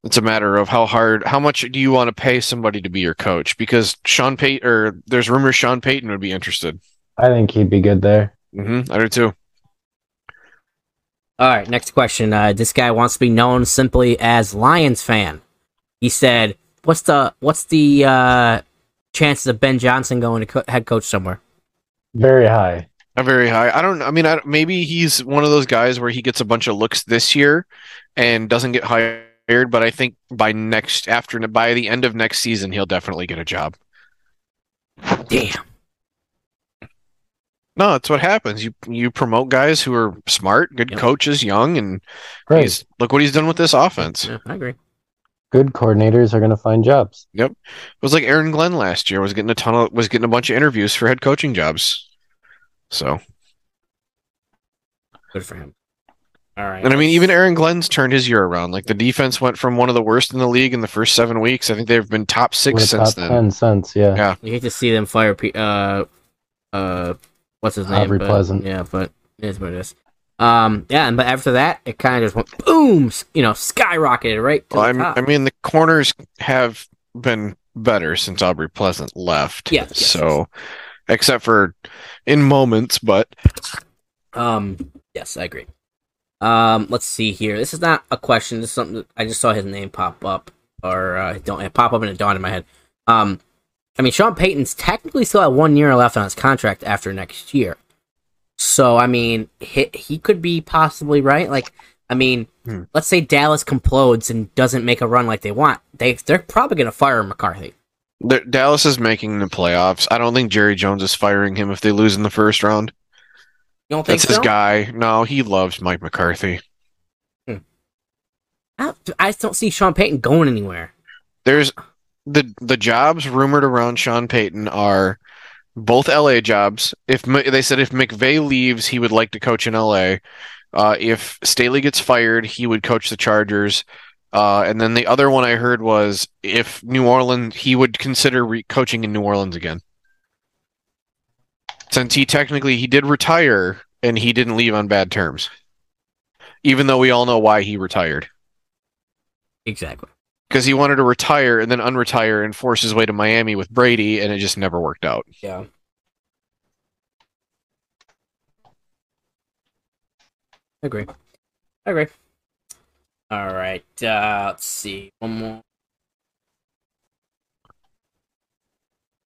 it's a matter of how hard, how much do you want to pay somebody to be your coach? Because Sean Payton, or there's rumors Sean Payton would be interested.
I think he'd be good there.
hmm I do too.
All right, next question. Uh, this guy wants to be known simply as Lions fan. He said, "What's the what's the uh, chances of Ben Johnson going to co- head coach somewhere?"
Very high.
Not very high. I don't. I mean, I, maybe he's one of those guys where he gets a bunch of looks this year and doesn't get hired. But I think by next after by the end of next season, he'll definitely get a job.
Damn.
No, that's what happens. You you promote guys who are smart, good
Yep.
coaches, young, and
Great.
he's look what he's done with this offense. It
Yeah, I agree.
Good coordinators are going to find jobs.
was like Aaron Glenn last year was getting a ton of was getting a bunch of interviews for head coaching jobs. So
Good for him. All right.
and I mean even Aaron Glenn's turned his year around. Like the defense went from one of the worst in the league in the first seven weeks. I think they've been top
We're
six since
top
then.
10 cents, yeah.
Yeah.
you hate to see them fire. Pe- uh, uh, what's his name?
Aubrey
but-
Pleasant.
Yeah, but it is what it is. Um, yeah, and but after that, it kind of just went boom. s- You know, skyrocketed right to
Well,
the
I'm,
top.
I mean, the corners have been better since Aubrey Pleasant left.
Yeah, yes,
So, except for in moments, but
Um, yes, I agree. Um, let's see here. This is not a question. This is something that I just saw his name pop up, or uh, don't it pop up and it dawned in my head. Um, I mean, Sean Payton's technically still had one year left on his contract after next year, so I mean, he he could be possibly right. Like, I mean,
Hmm.
let's say Dallas complodes and doesn't make a run like they want. They they're probably gonna fire McCarthy.
the, Dallas is making the playoffs. I don't think Jerry Jones is firing him if they lose in the first round.
You don't think
That's his
so?
guy. No, he loves Mike McCarthy.
I, don't- I just don't see Sean Payton going anywhere.
There's the the jobs rumored around Sean Payton are both LA jobs. If M- they said if McVay leaves, he would like to coach in LA. Uh, if Staley gets fired, he would coach the Chargers. Uh, and then the other one I heard was if New Orleans, he would consider re- coaching in New Orleans again. Since he technically he did retire and he didn't leave on bad terms, even though we all know why he retired
Exactly.
because he wanted to retire and then unretire and force his way to Miami with Brady, and it just never worked out.
Yeah. Agree. Agree. All right. Uh, let's see. One more.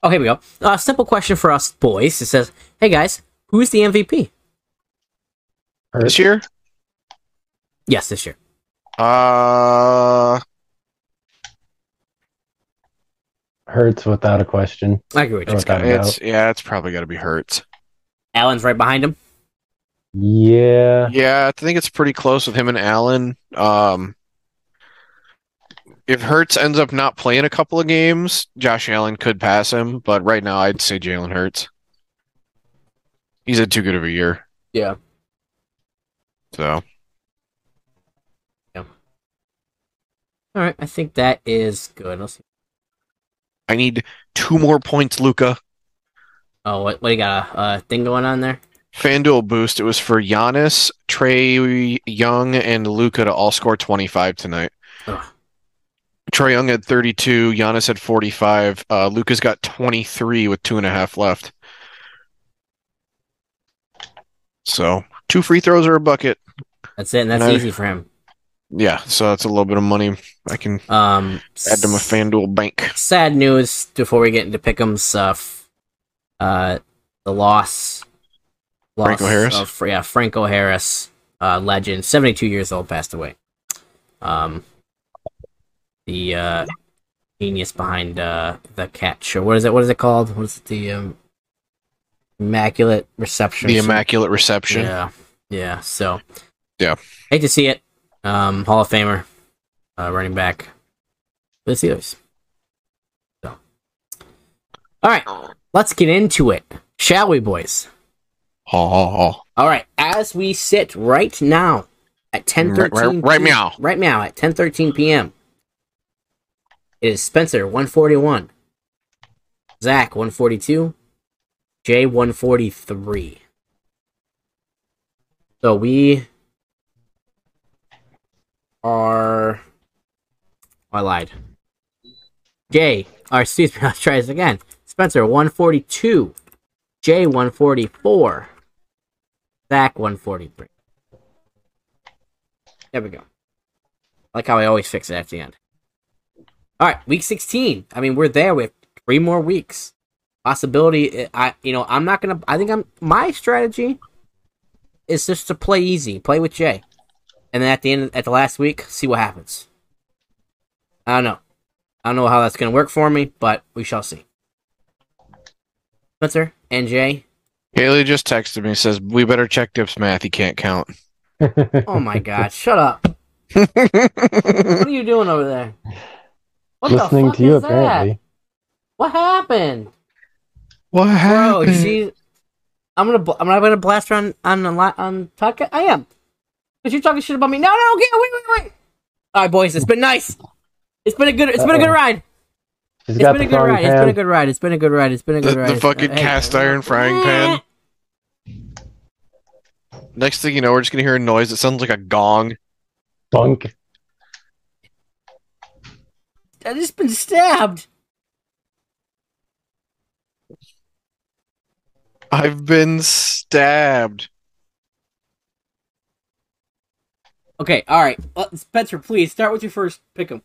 Oh, here we go. Uh, simple question for us boys. It says, "Hey guys, who is the MVP?"
This year,
Yes, this year.
uh,
Hurts without a question.
I agree with you.
it's
It's
got,
gotta be
it's yeah, it's probably got to be Hurts.
Allen's right behind him.
Yeah.
Yeah, I think it's pretty close with him and Allen. Um, if Hurts ends up not playing a couple of games, Josh Allen could pass him, but right now I'd say Jalen Hurts. He's had too good of a year.
Yeah.
So
All right. I think that is good. Let's see.
I need two more points, Luca.
Oh, what, what do you got? A, a thing going on there?
FanDuel boost. It was for Giannis, Trey Young, and Luca to all score 25 tonight.
Ugh.
Trey Young had 32. Giannis had 45. Uh, Luca's got 23 with two and a half left. So two free throws or a bucket.
That's it. And that's
No.
easy for him.
Yeah, so that's a little bit of money I can
Um,
add to my FanDuel bank.
sad news before we get into Pickham's uh, f- uh, the loss, loss
Franco Harris?
of, yeah, Franco Harris, uh, legend, seventy-two years old, passed away. Um, the uh, genius behind uh, the cat show. What is it? What is it called? What is it? The um, immaculate reception.
The
or something?
immaculate reception.
Yeah, yeah. So,
Yeah.
hate to see it. Um, Hall of Famer, uh, running back, for the Steelers. So, all right, let's get into it, shall we, boys?
Oh, oh, oh.
All right, as we sit right now at ten
Right-
thirteen,
right- right meow.
right meow at ten thirteen p.m. It is Spencer one forty one, Zach one forty two, Jay one forty three. So we are. oh, I lied. Jay, or excuse me, I'll try this again. Spencer 142, Jay 144, Zach 143. There we go. Like how I always fix it at the end. All right, week 16. I mean, we're there with three more weeks. Possibility, eh, I you know, I'm not gonna. I think I'm my strategy is just to play easy, play with Jay, and then at the end, at the last week, see what happens. I don't know. I don't know how that's going to work for me, but we shall see. Spencer and Jay.
Haley just texted me says, We better check Dip's math. He can't count.
Oh my God! Shut up! What are you doing over there? What
Listening to you, apparently.
What happened,
what
bro?
happened?
She, I'm gonna, bl- I'm not gonna blast her on on the li- on podcast. I am, but you're talking shit about me. No, no, okay, wait, wait, wait. All right, boys, it's been nice. It's been a good, it's been a good
Uh-oh.
ride.
She's
It's
got
been a
the
good
frying
ride. It's been a
pan.
good ride. It's been a good ride. It's been a
The,
good ride.
the
It's been-
fucking
hey.
cast iron frying pan. Next thing you know, we're just gonna hear a noise that sounds like a gong.
Bunk.
I just been stabbed.
I've been stabbed.
Okay, all right. Well, Spencer, please start with your first pick 'em.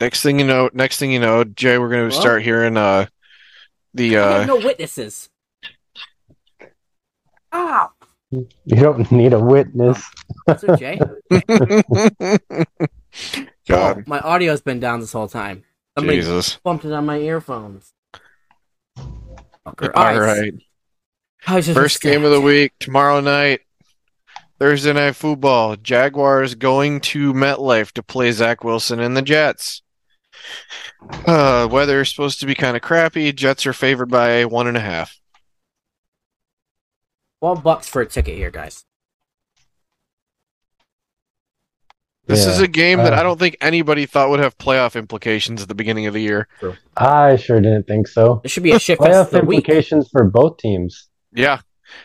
Next thing you know, next thing you know, Jay, we're gonna
Well?
start hearing uh the
I
uh
have no witnesses. Ah, Ow.
You don't need a witness.
That's okay.
uh, God,
My audio's been down this whole time. Somebody
Jesus.
bumped it on my earphones. Fucker.
All right.
I was just
First game of the week tomorrow night. Thursday night football. Jaguars going to MetLife to play Zach Wilson and the Jets. Uh, weather is supposed to be kind of crappy. Jets are favored by one and a half.
Twelve bucks for a ticket here, guys.
This
Yeah.
is a game that
Uh,
I don't think anybody thought would have playoff implications at the beginning of the year.
I sure didn't think so.
This should be a shit fest
Playoff
of the week.
implications for both teams.
Yeah.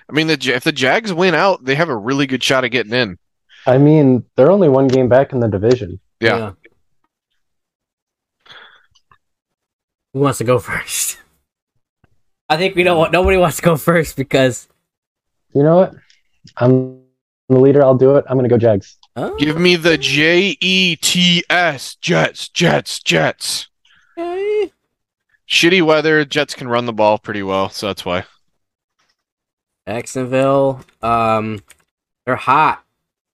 I mean, the, Ja- if the Jags win out, they have a really good shot of getting in.
I mean, they're only one game back in the division.
Yeah.
Who wants to go first? I think we don't want nobody wants to go first because
You know what? I'm the leader. I'll do it. I'm gonna go Jags.
oh,
Give me the J E T S Jets, Jets, Jets.
okay.
Shitty weather. Jets can run the ball pretty well, so that's why.
Jacksonville. Um they're hot.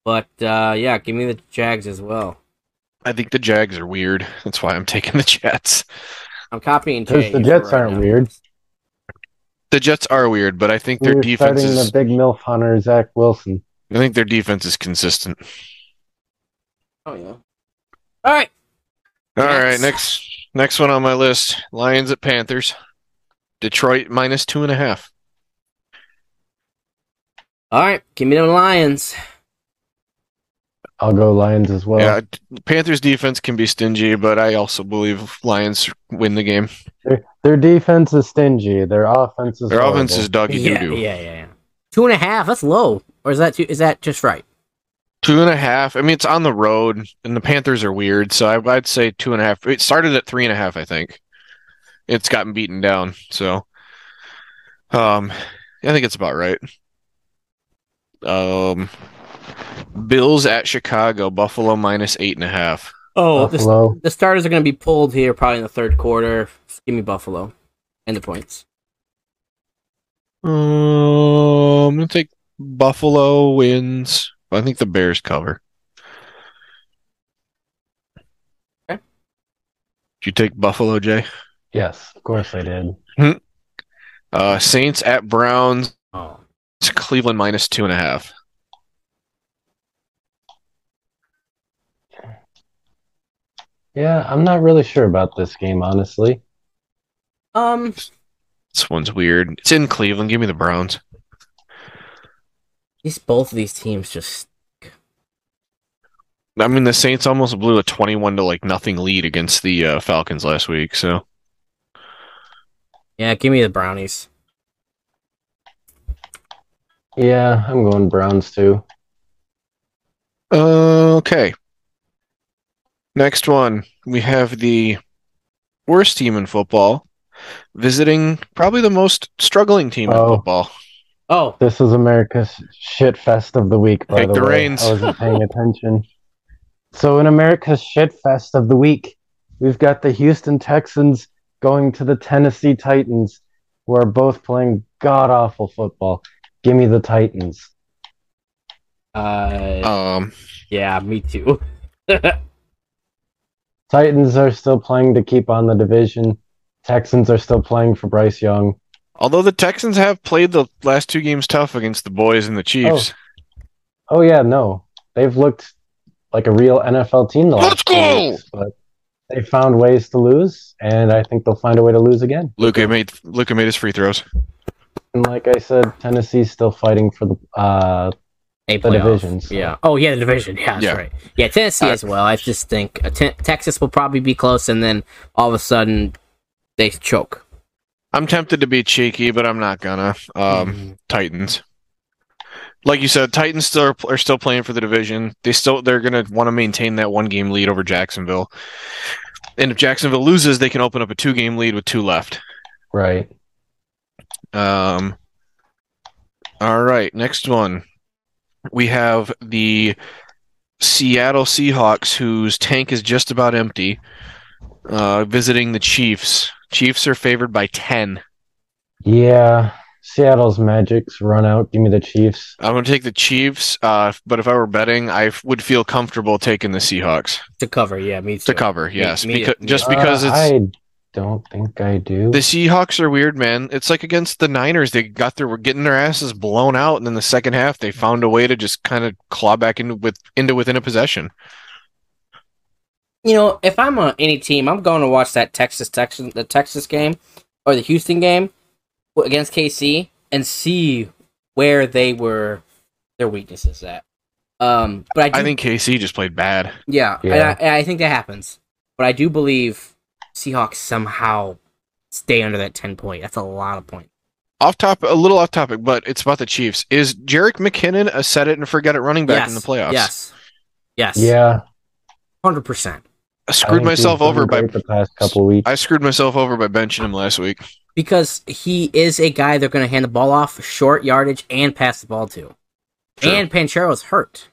But uh yeah, give me the Jags as well.
I think the Jags are weird. That's why I'm taking the Jets.
I'm copying Jay.
Because the Jets aren't weird.
The Jets are weird, but I think their
We're
defense
starting the
is.
big milf hunter Zach Wilson.
I think their defense is consistent.
Oh yeah. All right.
All
Yes.
right, next next one on my list: Lions at Panthers. Detroit minus two and a half.
All right. Give me the Lions.
I'll go Lions as well.
yeah, d- Panthers defense can be stingy, but I also believe Lions win the game.
Their defense is stingy. Their offense is
Their
horrible.
offense is doggy
yeah,
doo doo.
yeah, yeah, yeah. Two and a half. That's low. Or is that too, is that just right?
Two and a half. I mean, it's on the road, and the Panthers are weird, so I, I'd say two and a half. It started at three and a half, I think. It's gotten beaten down, so um, I think it's about right. Um, Bills at Chicago, Buffalo minus eight and a half.
Oh, the,
Buffalo.
the starters are going to be pulled here probably in the third quarter. Just give me Buffalo and the points.
Um, I'm gonna take Buffalo wins. I think the Bears cover.
Okay.
Did you take Buffalo, Jay?
Yes, of course I did.
Uh, Saints at Browns.
Oh,
It's Cleveland minus two and a half.
Yeah, I'm not really sure about this game, honestly.
um,
This one's weird. It's in Cleveland. Give me the Browns.
these both of these teams just
I mean, the Saints almost blew a twenty-one to like nothing lead against the uh, Falcons last week. So
yeah. Give me the brownies.
Yeah, I'm going Browns too.
Uh, okay. Next one, we have the worst team in football visiting probably the most struggling team in
Oh.
football.
Oh,
This is America's shit fest of the week, by
Take
the,
the
way.
reins.
I wasn't paying attention. So in America's shit fest of the week, we've got the Houston Texans going to the Tennessee Titans, who are both playing god awful football. Give me the Titans.
uh,
Um,
yeah, me too.
Titans are still playing to keep on the division. Texans are still playing for Bryce Young.
although the Texans have played the last two games tough against the boys and the Chiefs.
Oh yeah, no, they've looked like a real NFL team the
Let's
last few
go!
weeks, but they found ways to lose, and I think they'll find a way to lose again.
Luca made Luca made his free throws.
And like I said, Tennessee's still fighting for the uh,
A
The
playoff.
divisions.
Yeah. Oh, yeah, the division. Yeah, that's
Yeah.
right. Yeah, Tennessee
Uh,
as well. I just think uh, Te- Texas will probably be close, and then all of a sudden they choke.
I'm tempted to be cheeky, but I'm not gonna. Um, Titans. Like you said, Titans still are, are still playing for the division. They still they're going to want to maintain that one game lead over Jacksonville. And if Jacksonville loses, they can open up a two game lead with two left.
right.
Um, all right, next one. We have the Seattle Seahawks, whose tank is just about empty, uh, visiting the Chiefs. Chiefs are favored by ten.
Yeah, Seattle's Magic's run out. Give me the Chiefs.
I'm going to take the Chiefs, uh, but if I were betting, I f- would feel comfortable taking the Seahawks
to cover. Yeah, me too.
to cover. Yes,
me-
becau-
me-
just because
Uh,
it's
I don't think I do.
the Seahawks are weird, man. It's like against the Niners, they got their were getting their asses blown out, and then the second half they found a way to just kind of claw back into with into within a possession.
you know, if I'm on any team, I'm going to watch that Texas Texas the Texas game or the Houston game w- against KC and see where they were their weaknesses at. Um, but I, do,
I think KC just played bad.
yeah, and
Yeah.
I, and I think that happens. But I do believe Seahawks somehow stay under that ten point. That's a lot of points.
Off top, a little off topic, but it's about the Chiefs. Is Jarek McKinnon a set it and forget it running back
yes,
in the playoffs?
Yes, yes,
Yeah,
hundred percent.
I
I
screwed
think he's
myself
been
over by
great the past couple weeks.
I screwed myself over by benching him last week.
because he is a guy they're going to hand the ball off short yardage and pass the ball to.
Sure.
And Panchero's hurt.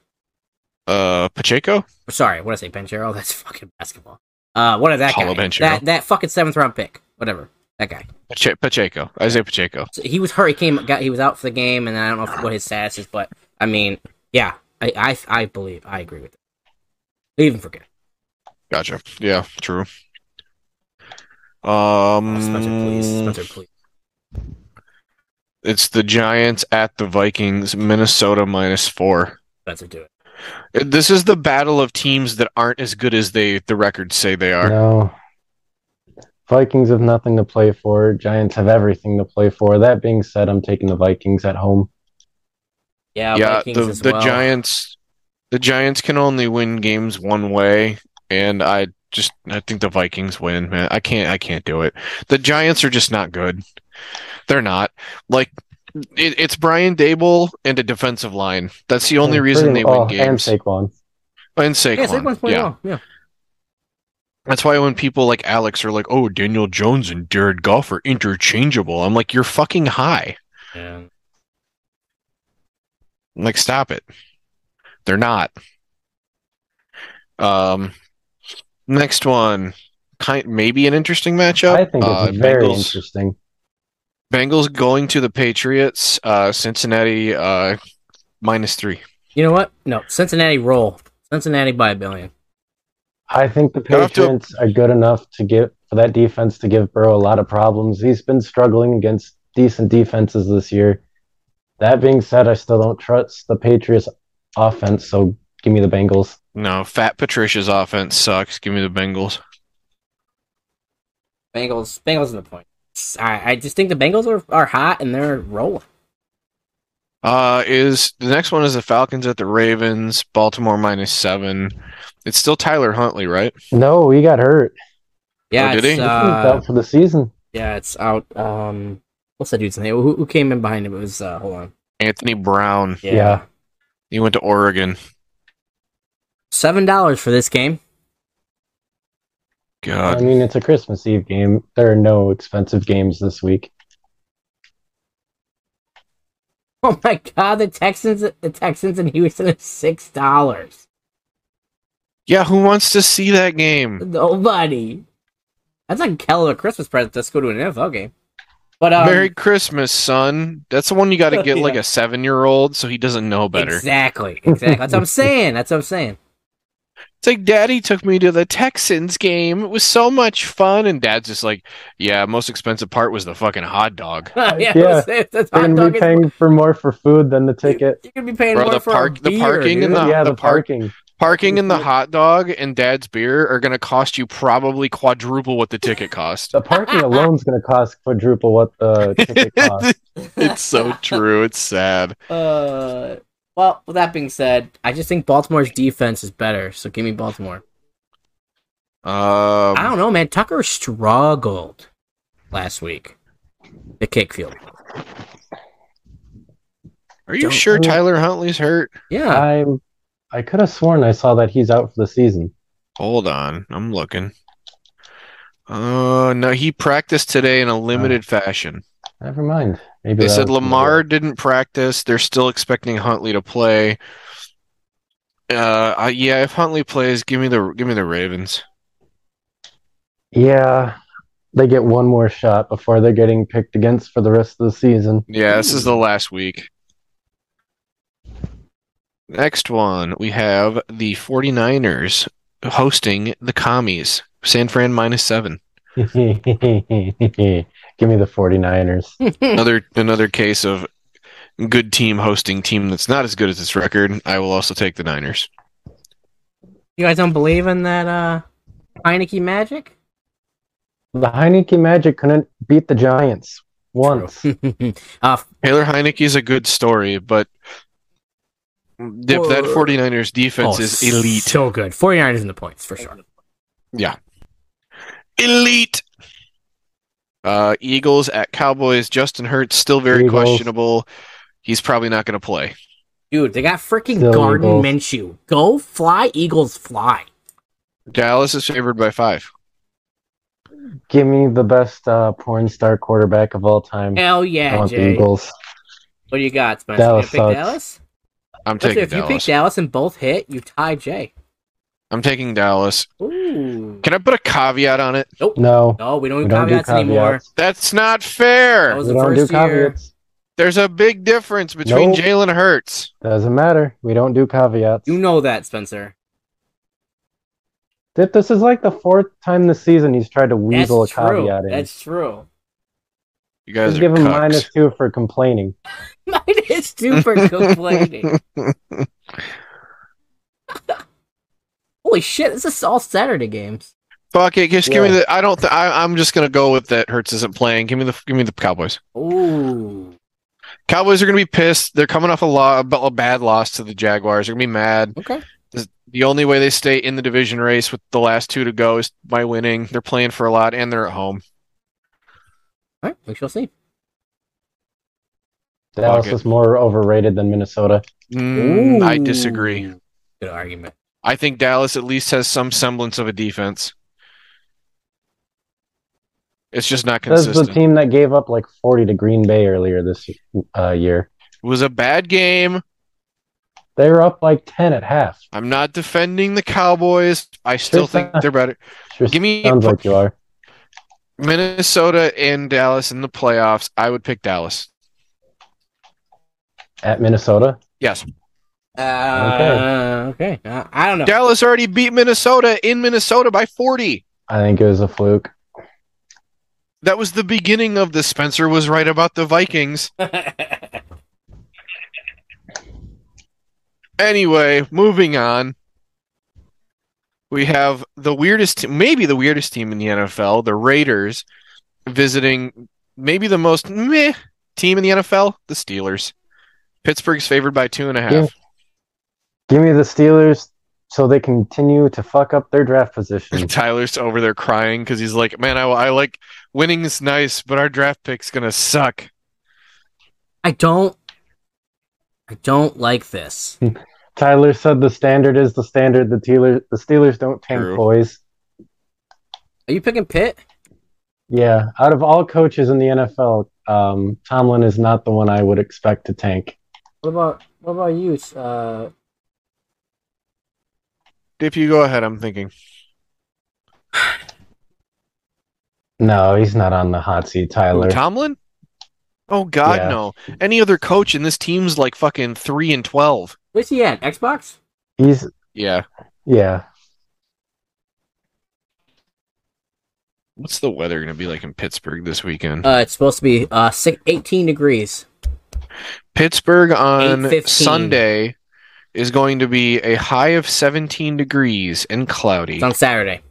Oh,
Uh, Pacheco.
Sorry, what did I say? Panchero? That's fucking basketball. Uh, what is that
Paulo
guy?
Banchero.
That that fucking seventh round pick. Whatever that guy.
Pache- Pacheco. Isaiah Pacheco.
So he was hurt. He came. Got, he was out for the game, and I don't know what his status is, but I mean, yeah, I I, I believe I agree with it. Even forget.
Gotcha. Yeah, true.
Oh, Spencer, please.
Um,
Spencer, please.
it's the Giants at the Vikings. Minnesota minus four.
Spencer, do it.
This is the battle of teams that aren't as good as they the records say they are.
No. Vikings have nothing to play for. Giants have everything to play for. That being said, I'm taking the Vikings at home.
Yeah,
yeah,
Vikings
the
as
the
well.
Giants, the Giants can only win games one way, and I just I think the Vikings win. Man, I can't I can't do it. The Giants are just not good. They're not like it, it's Brian Dable and a defensive line. That's the only
And
reason
pretty-
they win
oh, And
games.
Saquon.
And
Yeah,
Saquon,
Saquon's playing
yeah.
well. Yeah.
That's why when people like Alex are like, "Oh, Daniel Jones and Jared Goff are interchangeable," I'm like, "You're fucking high.
yeah.
I'm like, stop it. They're not." Um, next one, kind maybe an interesting matchup.
I think it's
Uh,
very
Bengals,
interesting.
Bengals going to the Patriots. Uh, Cincinnati uh, minus three.
You know what? No, Cincinnati roll. Cincinnati by a billion.
I think the
They'll have to-
Patriots are good enough to get for that defense to give Burrow a lot of problems. He's been struggling against decent defenses this year. That being said, I still don't trust the Patriots offense, so give me the Bengals.
No, Fat Patricia's offense sucks. Give me the Bengals.
Bengals, Bengals in the point. I, I just think the Bengals are, are hot and they're rolling.
Uh, is the next one is the Falcons at the Ravens, Baltimore minus seven. It's still Tyler Huntley, right?
No, he got hurt.
Yeah,
Oh, did
it's,
he?
He's
uh,
out for the season.
yeah, it's out. Um, what's that dude's name? Who, who came in behind him? It was uh, hold on.
Anthony Brown.
Yeah,
Yeah.
He went to Oregon.
seven dollars for this game.
I
God.
mean, it's a Christmas Eve game. There are no expensive games this week.
Oh my God, the Texans, the Texans in Houston is six dollars.
Yeah, who wants to see that game?
Nobody. That's like hell of a Christmas present. Let's go to an NFL game. But um,
Merry Christmas, son. That's the one you got to get like
Yeah.
a seven year old so he doesn't know better.
exactly, exactly. That's what I'm saying. That's what I'm saying.
It's like, Daddy took me to the Texans game. It was so much fun. And Dad's just like, yeah, most expensive part was the fucking hot dog.
yeah,
Yeah.
that's- that's
They're
hot
going to
dog
be
is-
paying for more for food than the ticket.
You could be paying
Bro,
more
the
for
park-
a
the
beer,
parking
dude.
and the-
yeah, the,
park-
parking.
Parking and the
Mm-hmm.
hot dog and dad's beer are going to cost you probably quadruple what the ticket cost.
The parking alone is going to cost quadruple what the ticket costs.
it's so true. It's sad.
Uh, well, with that being said, I just think Baltimore's defense is better, so give me Baltimore. I
Um,
don't know, man. Tucker struggled last week. The kick field.
are you
don't-
sure Tyler Huntley's hurt?
Yeah.
I'm, I could have sworn I saw that he's out for the season.
Hold on, I'm looking. Uh no, he practiced today
Uh.
in a limited fashion.
Never mind. Maybe
They
that
said
was-
Lamar didn't practice. They're still expecting Huntley to play. Uh, I, yeah, if Huntley plays, give me the give me the Ravens.
Yeah, they get one more shot before they're getting picked against for the rest of the season.
Yeah, this
Hmm.
is the last week. Next one, we have the 49ers hosting the commies. San Fran minus seven.
Give me the 49ers.
another another case of good team hosting team that's not as good as its record. I will also take the Niners.
you guys don't believe in that uh Heineke magic?
The Heineken Magic couldn't beat the Giants. once.
uh,
Taylor Heineke's a good story, but if that
Whoa.
49ers defense
oh,
is elite.
So good. 49 is in the points for sure.
elite. Uh, Eagles at Cowboys. Justin Hurts still very
Eagles.
questionable. He's probably not going to play.
Dude, they got freaking
Still
Garden
Eagles.
Minshew. Go fly, Eagles fly.
Dallas is favored by five.
Give me the best uh, porn star quarterback of all time.
Hell
I
yeah,
want the
Jay.
Eagles.
What do you got, Spencer?
Dallas
you gonna pick
sucks.
Dallas?
I'm
Spencer,
taking
if you pick
Dallas.
Dallas and both hit, you tie Jay.
I'm taking Dallas.
Ooh.
Can I put a caveat on it?
No,
No, we don't
we
do
don't do
caveats
caveats.
anymore.
That's not
That
fair.
was
We
the
don't do
first year.
caveats.
There's a big difference between
Nope.
Jalen Hurts.
Doesn't matter. We don't do caveats.
You know that, Spencer.
Th- This is like the fourth time this season he's tried to
That's
weasel a
true.
caveat in.
That's true.
You guys
Just
are
give him
cucks.
minus two for complaining.
Mine is super complaining. Holy shit, this is all Saturday games.
Fuck it. Just give me
Yeah.
the. I don't. Th- I, I'm just gonna go with that. Hurts isn't playing. Give me the. Give me the Cowboys.
Ooh.
Cowboys are gonna be pissed. They're coming off a, lo- a bad loss to the Jaguars. They're gonna be mad.
Okay.
the only way they stay in the division race with the last two to go is by winning. They're playing for a lot and they're at home.
All right, we shall see.
Dallas
it.
is more overrated than Minnesota.
Mm, I
Ooh.
disagree.
Good argument.
I think Dallas at least has some semblance of a defense. It's just not
That's the
consistent.
team that gave up like 40 to Green Bay earlier this uh, year.
it was a bad game.
They were up like 10 at half.
I'm not defending the Cowboys. I still think
not.
they're better.
Sure
Give me-
sounds like you are.
Minnesota and Dallas in the playoffs. I would pick Dallas.
At Minnesota?
Yes.
Uh, okay. Uh, I don't know.
Dallas already beat Minnesota in Minnesota by 40.
I think it was a fluke.
That was the beginning of the Spencer was right about the Vikings. Anyway, moving on. We have the weirdest, maybe the weirdest team in the NFL, the Raiders, visiting maybe the most meh team in the NFL, the Steelers. Pittsburgh's favored by two and a half.
Yeah. Give me the Steelers so they continue to fuck up their draft position.
Tyler's over there crying because he's like, "Man, I, I like winning is nice, but our draft pick's gonna suck."
I don't. I don't like this.
Tyler said the standard is the standard. The Steelers, the Steelers don't tank
True.
boys.
Are you picking Pitt?
Yeah, out of all coaches in the NFL, um, Tomlin is not the one I would expect to tank.
What about what about you? Uh,
If you go ahead, I'm thinking.
No, he's not on the hot seat, Tyler.
Who, Tomlin? Oh God,
Yeah.
no! Any other coach in this team's like fucking three and twelve.
where's he at? Xbox?
he's
Yeah.
yeah.
What's the weather going to be like in Pittsburgh this weekend?
Uh, it's supposed to be uh six, 18 degrees.
Pittsburgh on
8:15.
Sunday is going to be a high of 17 degrees and cloudy.
It's on Saturday.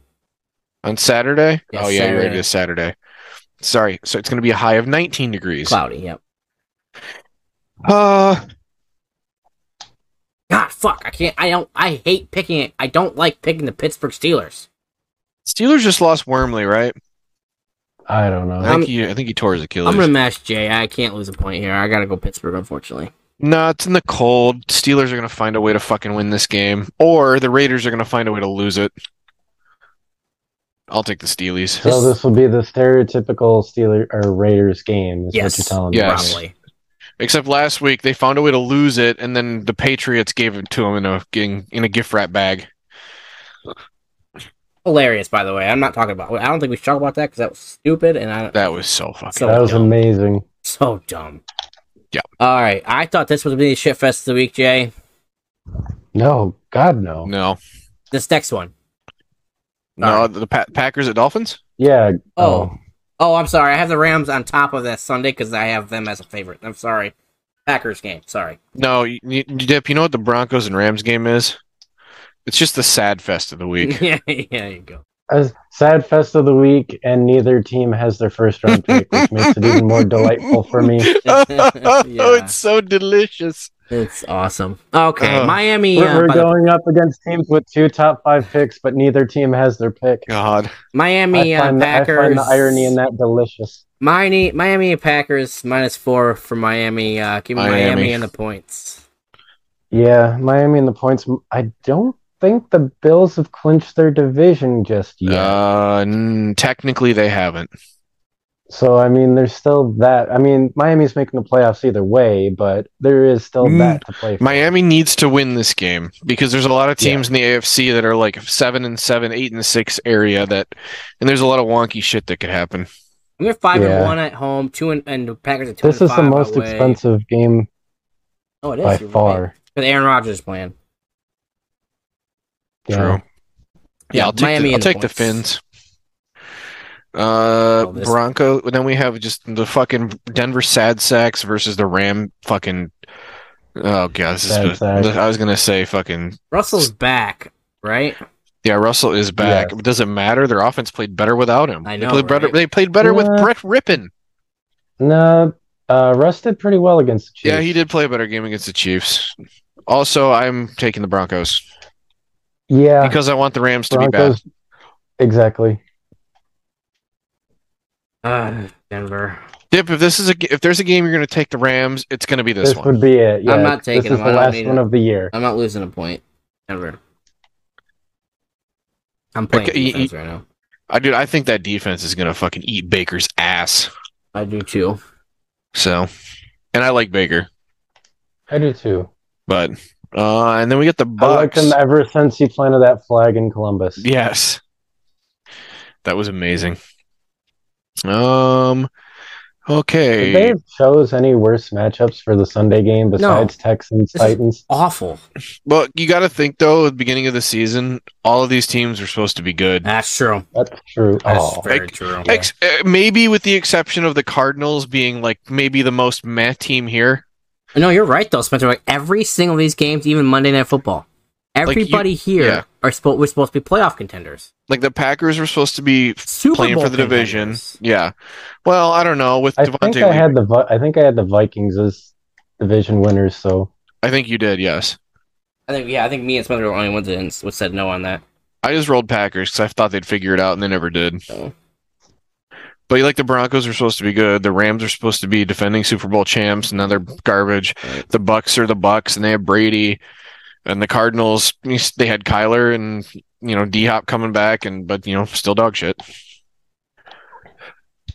on Saturday?
Yeah,
oh, yeah, you're right.
Saturday.
It is Saturday. Sorry. So it's going to be a high of 19 degrees.
Cloudy. Yep.
Uh,
God, fuck! I can't. I don't. I hate picking it. I don't like picking the Pittsburgh Steelers.
Steelers just lost Wormley, right?
I don't
I
know.
think,
I'm-
he, I think he tore his Achilles.
Um, I'm gonna match Jay. I can't lose a point here. I gotta go Pittsburgh, unfortunately.
No, it's in the cold. Steelers are going to find a way to fucking win this game, or the Raiders are going to find a way to lose it. I'll take the Steelies.
so this will be the stereotypical Steeler or Raiders game. Is
Yes.
what you're telling
Yeah.
me.
Yes.
Probably.
Except last week they found a way to lose it, and then the Patriots gave it to him in a in, in a gift wrap bag.
Hilarious, by the way. I'm not talking about. I don't think we should talk about that because that was stupid, and I
That was so fucking.
So-
That was
Yeah.
amazing.
so dumb.
Yeah.
All right. I thought this was gonna be the shit fest of the week, Jay.
No, God no.
no,
This next one.
no, the pa- Packers at Dolphins.
Yeah. um,
Oh. Oh, I'm sorry. I have the Rams on top of that Sunday because I have them as a favorite. I'm sorry. Packers game. Sorry.
No, you, you, Dip. You know what the Broncos and Rams game is? It's just the sad fest of the week.
yeah, yeah, there you go.
as sad fest of the week, and neither team has their first round pick, which makes it even more delightful for me.
oh, it's so delicious.
It's awesome. Okay,
Uh,
Miami.
We're-
uh,
we're
by the-
going up against teams with two top five picks, but neither team has their pick.
God.
Miami
I,
uh,
find the, I
Packers.
find the irony in that delicious.
Miami, Miami Packers minus four for Miami. Uh, give me Miami.
Miami.
and the points.
Yeah, Miami and the points. I don't think the Bills have clinched their division just yet.
Uh, n- technically, they haven't.
So I mean, there's still that. I mean, Miami's making the playoffs either way, but there is still
Mm.
that to play. For.
Miami needs to win this game because there's a lot of
Yeah.
teams in the AFC that are like seven and seven, eight and six area that, and there's a lot of wonky shit that could happen.
And They're five and
Yeah.
one at home. Two and, and the Packers are two
this
and
is
five
the most
away.
expensive game
oh, it is,
by
you're right.
far.
With Aaron Rodgers playing.
Yeah.
True. Yeah, I'll take
Miami
the, I'll
and the
take the
points.
Finns. Uh,
Oh, this-
Bronco. Then we have just the fucking Denver Sad Sacks versus the Ram fucking. Oh god, this
Sad
is.
sack.
I was gonna say fucking.
Russell's back, right?
Yeah, Russell is back.
Yes.
Does it matter? Their offense played better without him.
I
They
know,
played better.
right?
They played better with
Yeah.
Brett Rippin.
No, uh, Russ did pretty well against the Chiefs.
Yeah, he did play a better game against the Chiefs. Also, I'm taking the Broncos
Yeah,
because I want the Rams to be bad.
Broncos. Exactly.
Uh, Denver.
Dip, if this is a g- if there's a game you're going to take the Rams, it's going to be this,
This,
one.
would be it. Yeah,
I'm not taking
this is
them. I
the
don't
last
need
one
it.
of the year.
I'm not losing a point. Denver. I'm playing
Okay, you-
defense right now.
I dude, I think that defense is going to fucking eat Baker's ass.
I do too.
So, and I like Baker,
I do too.
but uh, and then we get the
I liked
Bucks.
him ever since he planted that flag in Columbus.
Yes. That was amazing. Um
Did
okay.
they chose any worse matchups for the Sunday game besides Texans
This is-
Titans?
Awful.
Well, you got to think though, at the beginning of the season, all of these teams were supposed to be good.
That's true.
That's true.
That's
Oh,
very
Like-
true.
Ex- uh, maybe with the exception of the Cardinals being like maybe the most meh team here.
No, you're right though, Spencer. Like every single of these games, even Monday Night Football,
you-
everybody here
yeah.
are supposed we're supposed to be playoff contenders.
Like the Packers were supposed to be
Super
playing
Bowl
for the division.
contenders.
Yeah. Well, I don't know with
I
Devontae.
think I
Lee-
had the Vi- I think I had the Vikings as division winners. So
I think you did. Yes.
I think yeah, I think me and Spencer were the only ones that that said no on that.
I just rolled Packers because I thought they'd figure it out and they never did.
Oh.
But like the Broncos are supposed to be good. The Rams are supposed to be defending Super Bowl champs, and now they're garbage.
Right.
The Bucks are the Bucks, and they have Brady. And the Cardinals, they had Kyler and you know D Hop coming back, and but you know still dog shit.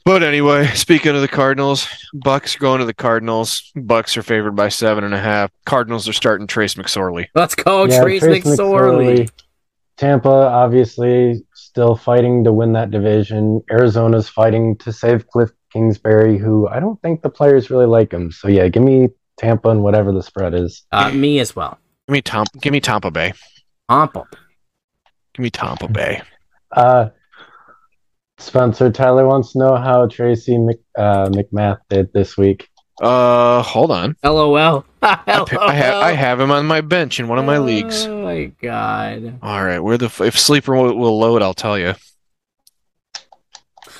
But anyway, speaking of the Cardinals, Bucks are going to the Cardinals. Bucks are favored by seven and a half. Cardinals are starting Trace McSorley.
Let's go,
Yeah,
Oh, Trace
Trace
McSorley.
McSorley. Tampa obviously still fighting to win that division. Arizona's fighting to save Cliff Kingsbury, who I don't think the players really like him. So yeah, give me Tampa and whatever the spread is.
Uh, me as well.
Give me Tom. Give me Tampa Bay.
Ample.
Give me Tampa Bay.
Uh, Spencer Tyler wants to know how Tracy Mc, uh, McMath did this week.
Uh, hold on.
LOL.
I, pi- I, ha- I have him on my bench in one of my leagues.
Oh my god.
All right, where the f- if sleeper will, will load, I'll tell you.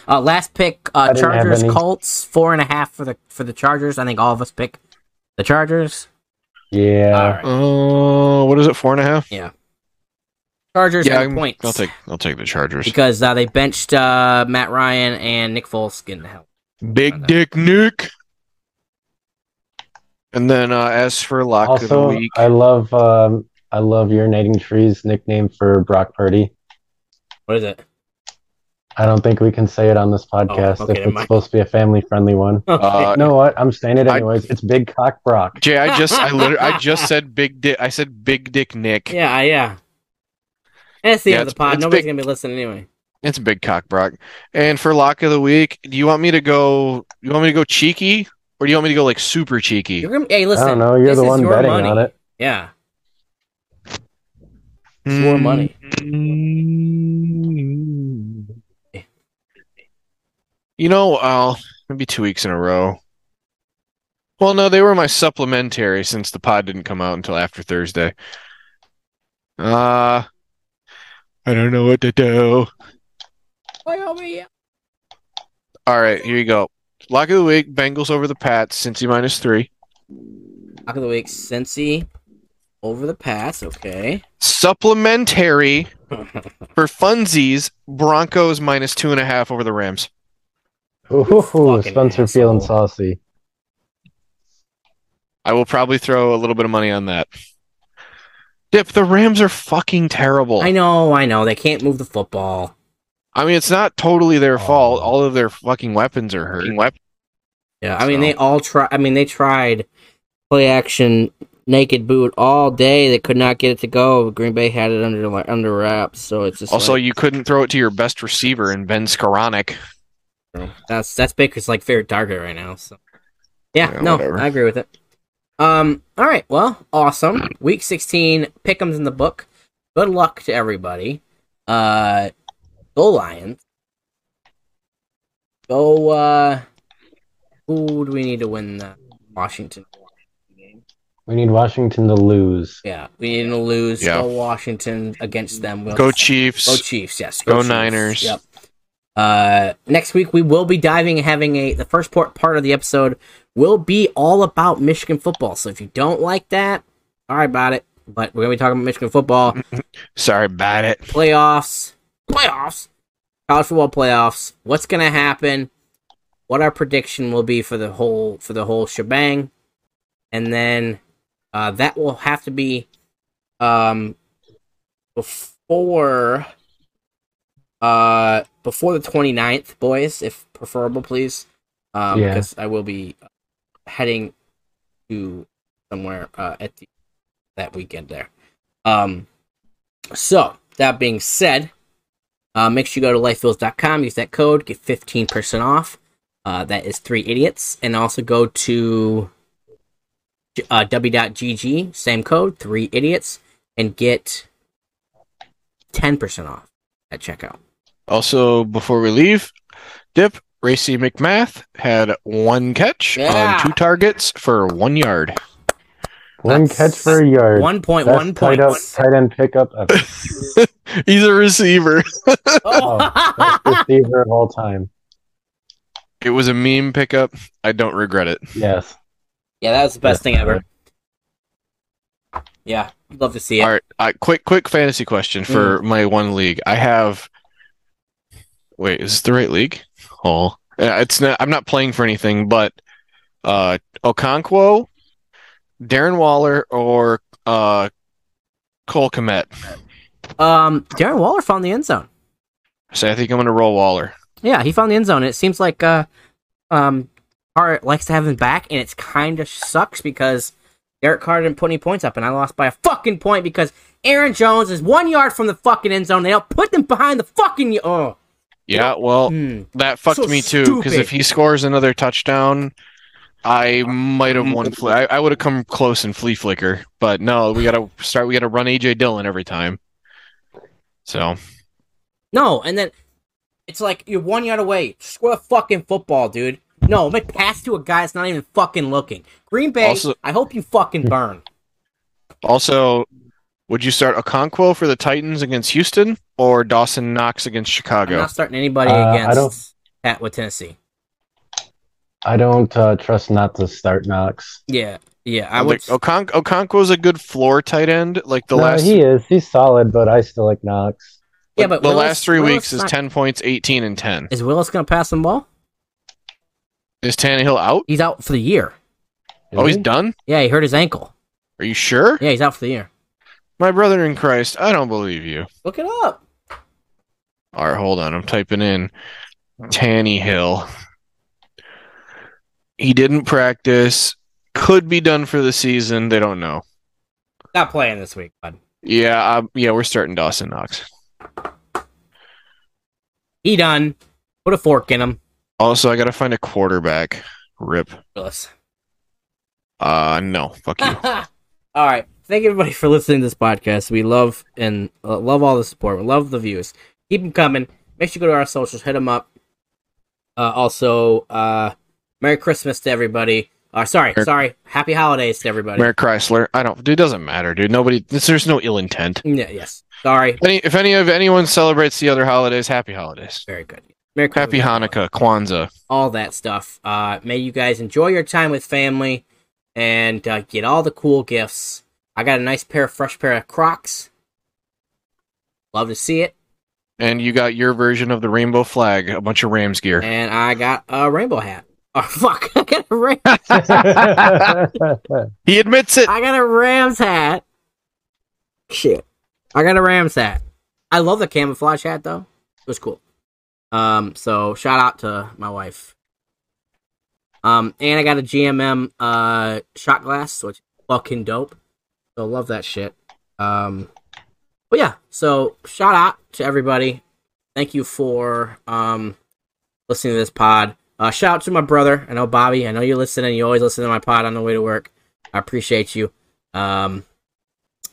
Uh, last pick: uh,
didn't have
Chargers,
any.
Colts, four and a half for the for the Chargers. I think all of us pick the Chargers. All
Yeah,
right.
Oh, what is it? Four and a half.
Chargers
Yeah,
and
I'm-
points.
I'll take I'll take the Chargers.
because uh, they benched uh, Matt Ryan and Nick Foles getting the help.
Big Dick Nuke. And then uh, as for
Ah,
lock of the
also
week,
I love um, I love urinating trees nickname for Brock Purdy.
What is it?
I don't think we can say it on this podcast
Oh, okay,
if
never
it's
mind.
supposed to be a family friendly one.
uh,
you know what? I'm saying it
I-
anyways. it's Big Cock Brock.
Jay, I just I literally I just said Big Dick. I said Big Dick Nick.
yeah, yeah. And it's the
Yeah,
end of the
it's-
pod.
it's
Nobody's
big.
gonna be listening anyway.
It's Big Cock Brock. And for lock of the week, do you want me to go? You want me to go cheeky, or do you want me to go like super cheeky?
You're gonna, hey, listen.
I don't know. You're
this
the
is
one
your
betting
money.
on it.
Yeah, it's
Hmm.
your money.
You know, uh, maybe two weeks in a row. Well, no, they were my supplementary since the pod didn't come out until after Thursday. Uh, I don't know what to do. uh,
Wyoming.
All right, here you go. Lock of the week: Bengals over the Pats. Cincy minus three.
Lock of the week, Cincy over the pass. Okay.
Supplementary for funsies: Broncos minus two and a half over the Rams.
Ooh,
Fucking
Spencer
asshole.
feeling saucy.
I will probably throw a little bit of money on that. Dip, the Rams are fucking terrible.
I know, I know. They can't move the football.
I mean, it's not totally their
Oh.
fault. All of their fucking weapons are hurt.
Yeah, I mean
So-
they all try. I mean they tried play action naked boot all day. They could not get it to go. Green Bay had it under like, under wraps, so it's just
Also,
like,
you couldn't throw it to your best receiver in Ben Skoranek.
that's that's Baker's like favorite target right now. So yeah,
Yeah,
no,
whatever.
I agree with it. Um, all right, well, awesome. Week sixteen pickums in the book. Good luck to everybody. Uh, go Lions. Go. Uh, who do we need to win the Washington game?
We need Washington to lose.
Yeah, we need to lose.
Yeah.
Go Washington against them. We'll
Go Chiefs.
Go Oh, Chiefs. Yes.
Go
Chiefs.
Niners.
Yep. Uh, next week we will be diving and having a the first part part of the episode will be all about Michigan football. So if you don't like that, sorry about it. But we're gonna be talking about Michigan football
Sorry about it.
playoffs, playoffs, college football playoffs. What's gonna happen? What our prediction will be for the whole for the whole shebang, and then uh, that will have to be um, before uh, before the 29th, boys, if preferable, please, um,
Yeah.
because I will be heading to somewhere uh, at the that weekend there. Um, so, that being said, uh, make sure you go to lifefields.com, use that code, get 15% off. Uh, that is three idiots. And also go to uh, w.gg, same code, three idiots, and get 10% off at checkout.
Also, before we leave, Dip Racy McMath had one catch
Yeah.
on two targets for one yard.
One
That's-
catch for a yard.
One point,
Best
one
tight,
point.
up, tight end pickup ever.
He's a receiver.
Oh.
Best receiver of all time.
It was a meme pickup. I don't regret it.
Yes.
yeah, that was the best thing ever. Yeah, love to see it.
All right, uh, quick, quick fantasy question for my one league. I have. Wait, is this the right league? Oh, Uh, it's not. I'm not playing for anything, but uh, Okonkwo, Darren Waller, or uh, Cole Komet.
Um, Darren Waller found the end zone.
So I think I'm gonna roll Waller.
Yeah, he found the end zone. It seems like uh, um, Carr likes to have him back, and it's kind of sucks because Derek Carr didn't put any points up, and I lost by a fucking point because Aaron Jones is one yard from the fucking end zone. They don't put them behind the fucking. y- Oh,
Yeah, well,
Hmm.
that fucked
So
me too. Because
stupid.
if he scores another touchdown, I might have won. Fl- I, I would have come close in flea flicker, but no, we gotta start. We gotta run AJ Dillon every time. So
no, and then it's like you're one yard away. Score the fucking football, dude. No, I'm gonna pass to a guy that's not even fucking looking. Green Bay,
Also-
I hope you fucking burn.
Also, would you start Okonkwo for the Titans against Houston or Dawson Knox against
I'm
Chicago?
not starting anybody
Uh, I
against
don't-
that with Tennessee.
I don't uh, trust not to start Knox.
Yeah, yeah, I
I
would.
think Okon- Okonkwo's a good floor tight end. Like the
no,
last,
he is. He's solid, but I still like Knox.
yeah, but
the
Willis-
last three
Willis
weeks is
not-
ten points, eighteen and ten.
Is Willis gonna pass the ball?
Is Tannehill out?
He's out for the year.
Is
Oh, he's
he?
done.
Yeah, he hurt his ankle.
Are you sure?
Yeah, he's out for the year.
My brother in Christ, I don't believe you.
Look it up.
All right, hold on. I'm typing in Tannehill. He didn't practice. Could be done for the season. They don't know.
Not playing this week, bud.
Yeah, i yeah, we're starting Dawson Knox.
He done. Put a fork in him.
Also, I gotta find a quarterback. Rip.
Willis.
Uh, no. Fuck you.
All right. Thank everybody for listening to this podcast. We love and uh, love all the support. We love the views. Keep them coming. Make sure you go to our socials. Hit them up. Uh, also, uh, Merry Christmas to everybody. Uh, sorry, sorry. Happy holidays to everybody.
Mayor Chrysler. I don't. Dude, it doesn't matter, dude. Nobody. This, there's no ill intent.
Yeah, yes. Sorry.
If any, if any of anyone celebrates the other holidays, happy holidays.
Very good. Merry Christmas.
Happy Hanukkah, Kwanzaa.
all that stuff. Uh, may you guys enjoy your time with family and uh, get all the cool gifts. I got a nice pair of fresh pair of Crocs. Love to see it.
And you got your version of the rainbow flag, a bunch of Rams gear.
And I got a rainbow hat. Oh fuck! I got a ram-
He admits it.
I got a Rams hat. Shit. I got a Rams hat. I love the camouflage hat though. It was cool. Um, so shout out to my wife. Um, and I got a GMM uh shot glass, which is fucking dope. So love that shit. Um, but yeah, so shout out to everybody. Thank you for um listening to this pod. Uh, shout out to my brother. I know Bobby. I know you listen and you always listen to my pod on the way to work. I appreciate you. Um,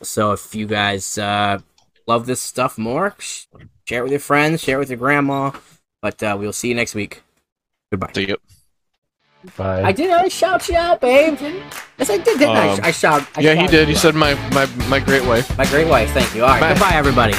so if you guys uh, love this stuff more, sh- share it with your friends, share it with your grandma. But uh, we'll see you next week. Goodbye.
See ya.
I
Bye.
did. I shout you out, babe. Didn't- Yes, I did. Didn't I?
Um,
I shout. I
Yeah, he
shout
did.
you
He
out.
said my my my great wife.
My great wife. Thank you. All right.
Bye.
Goodbye, everybody.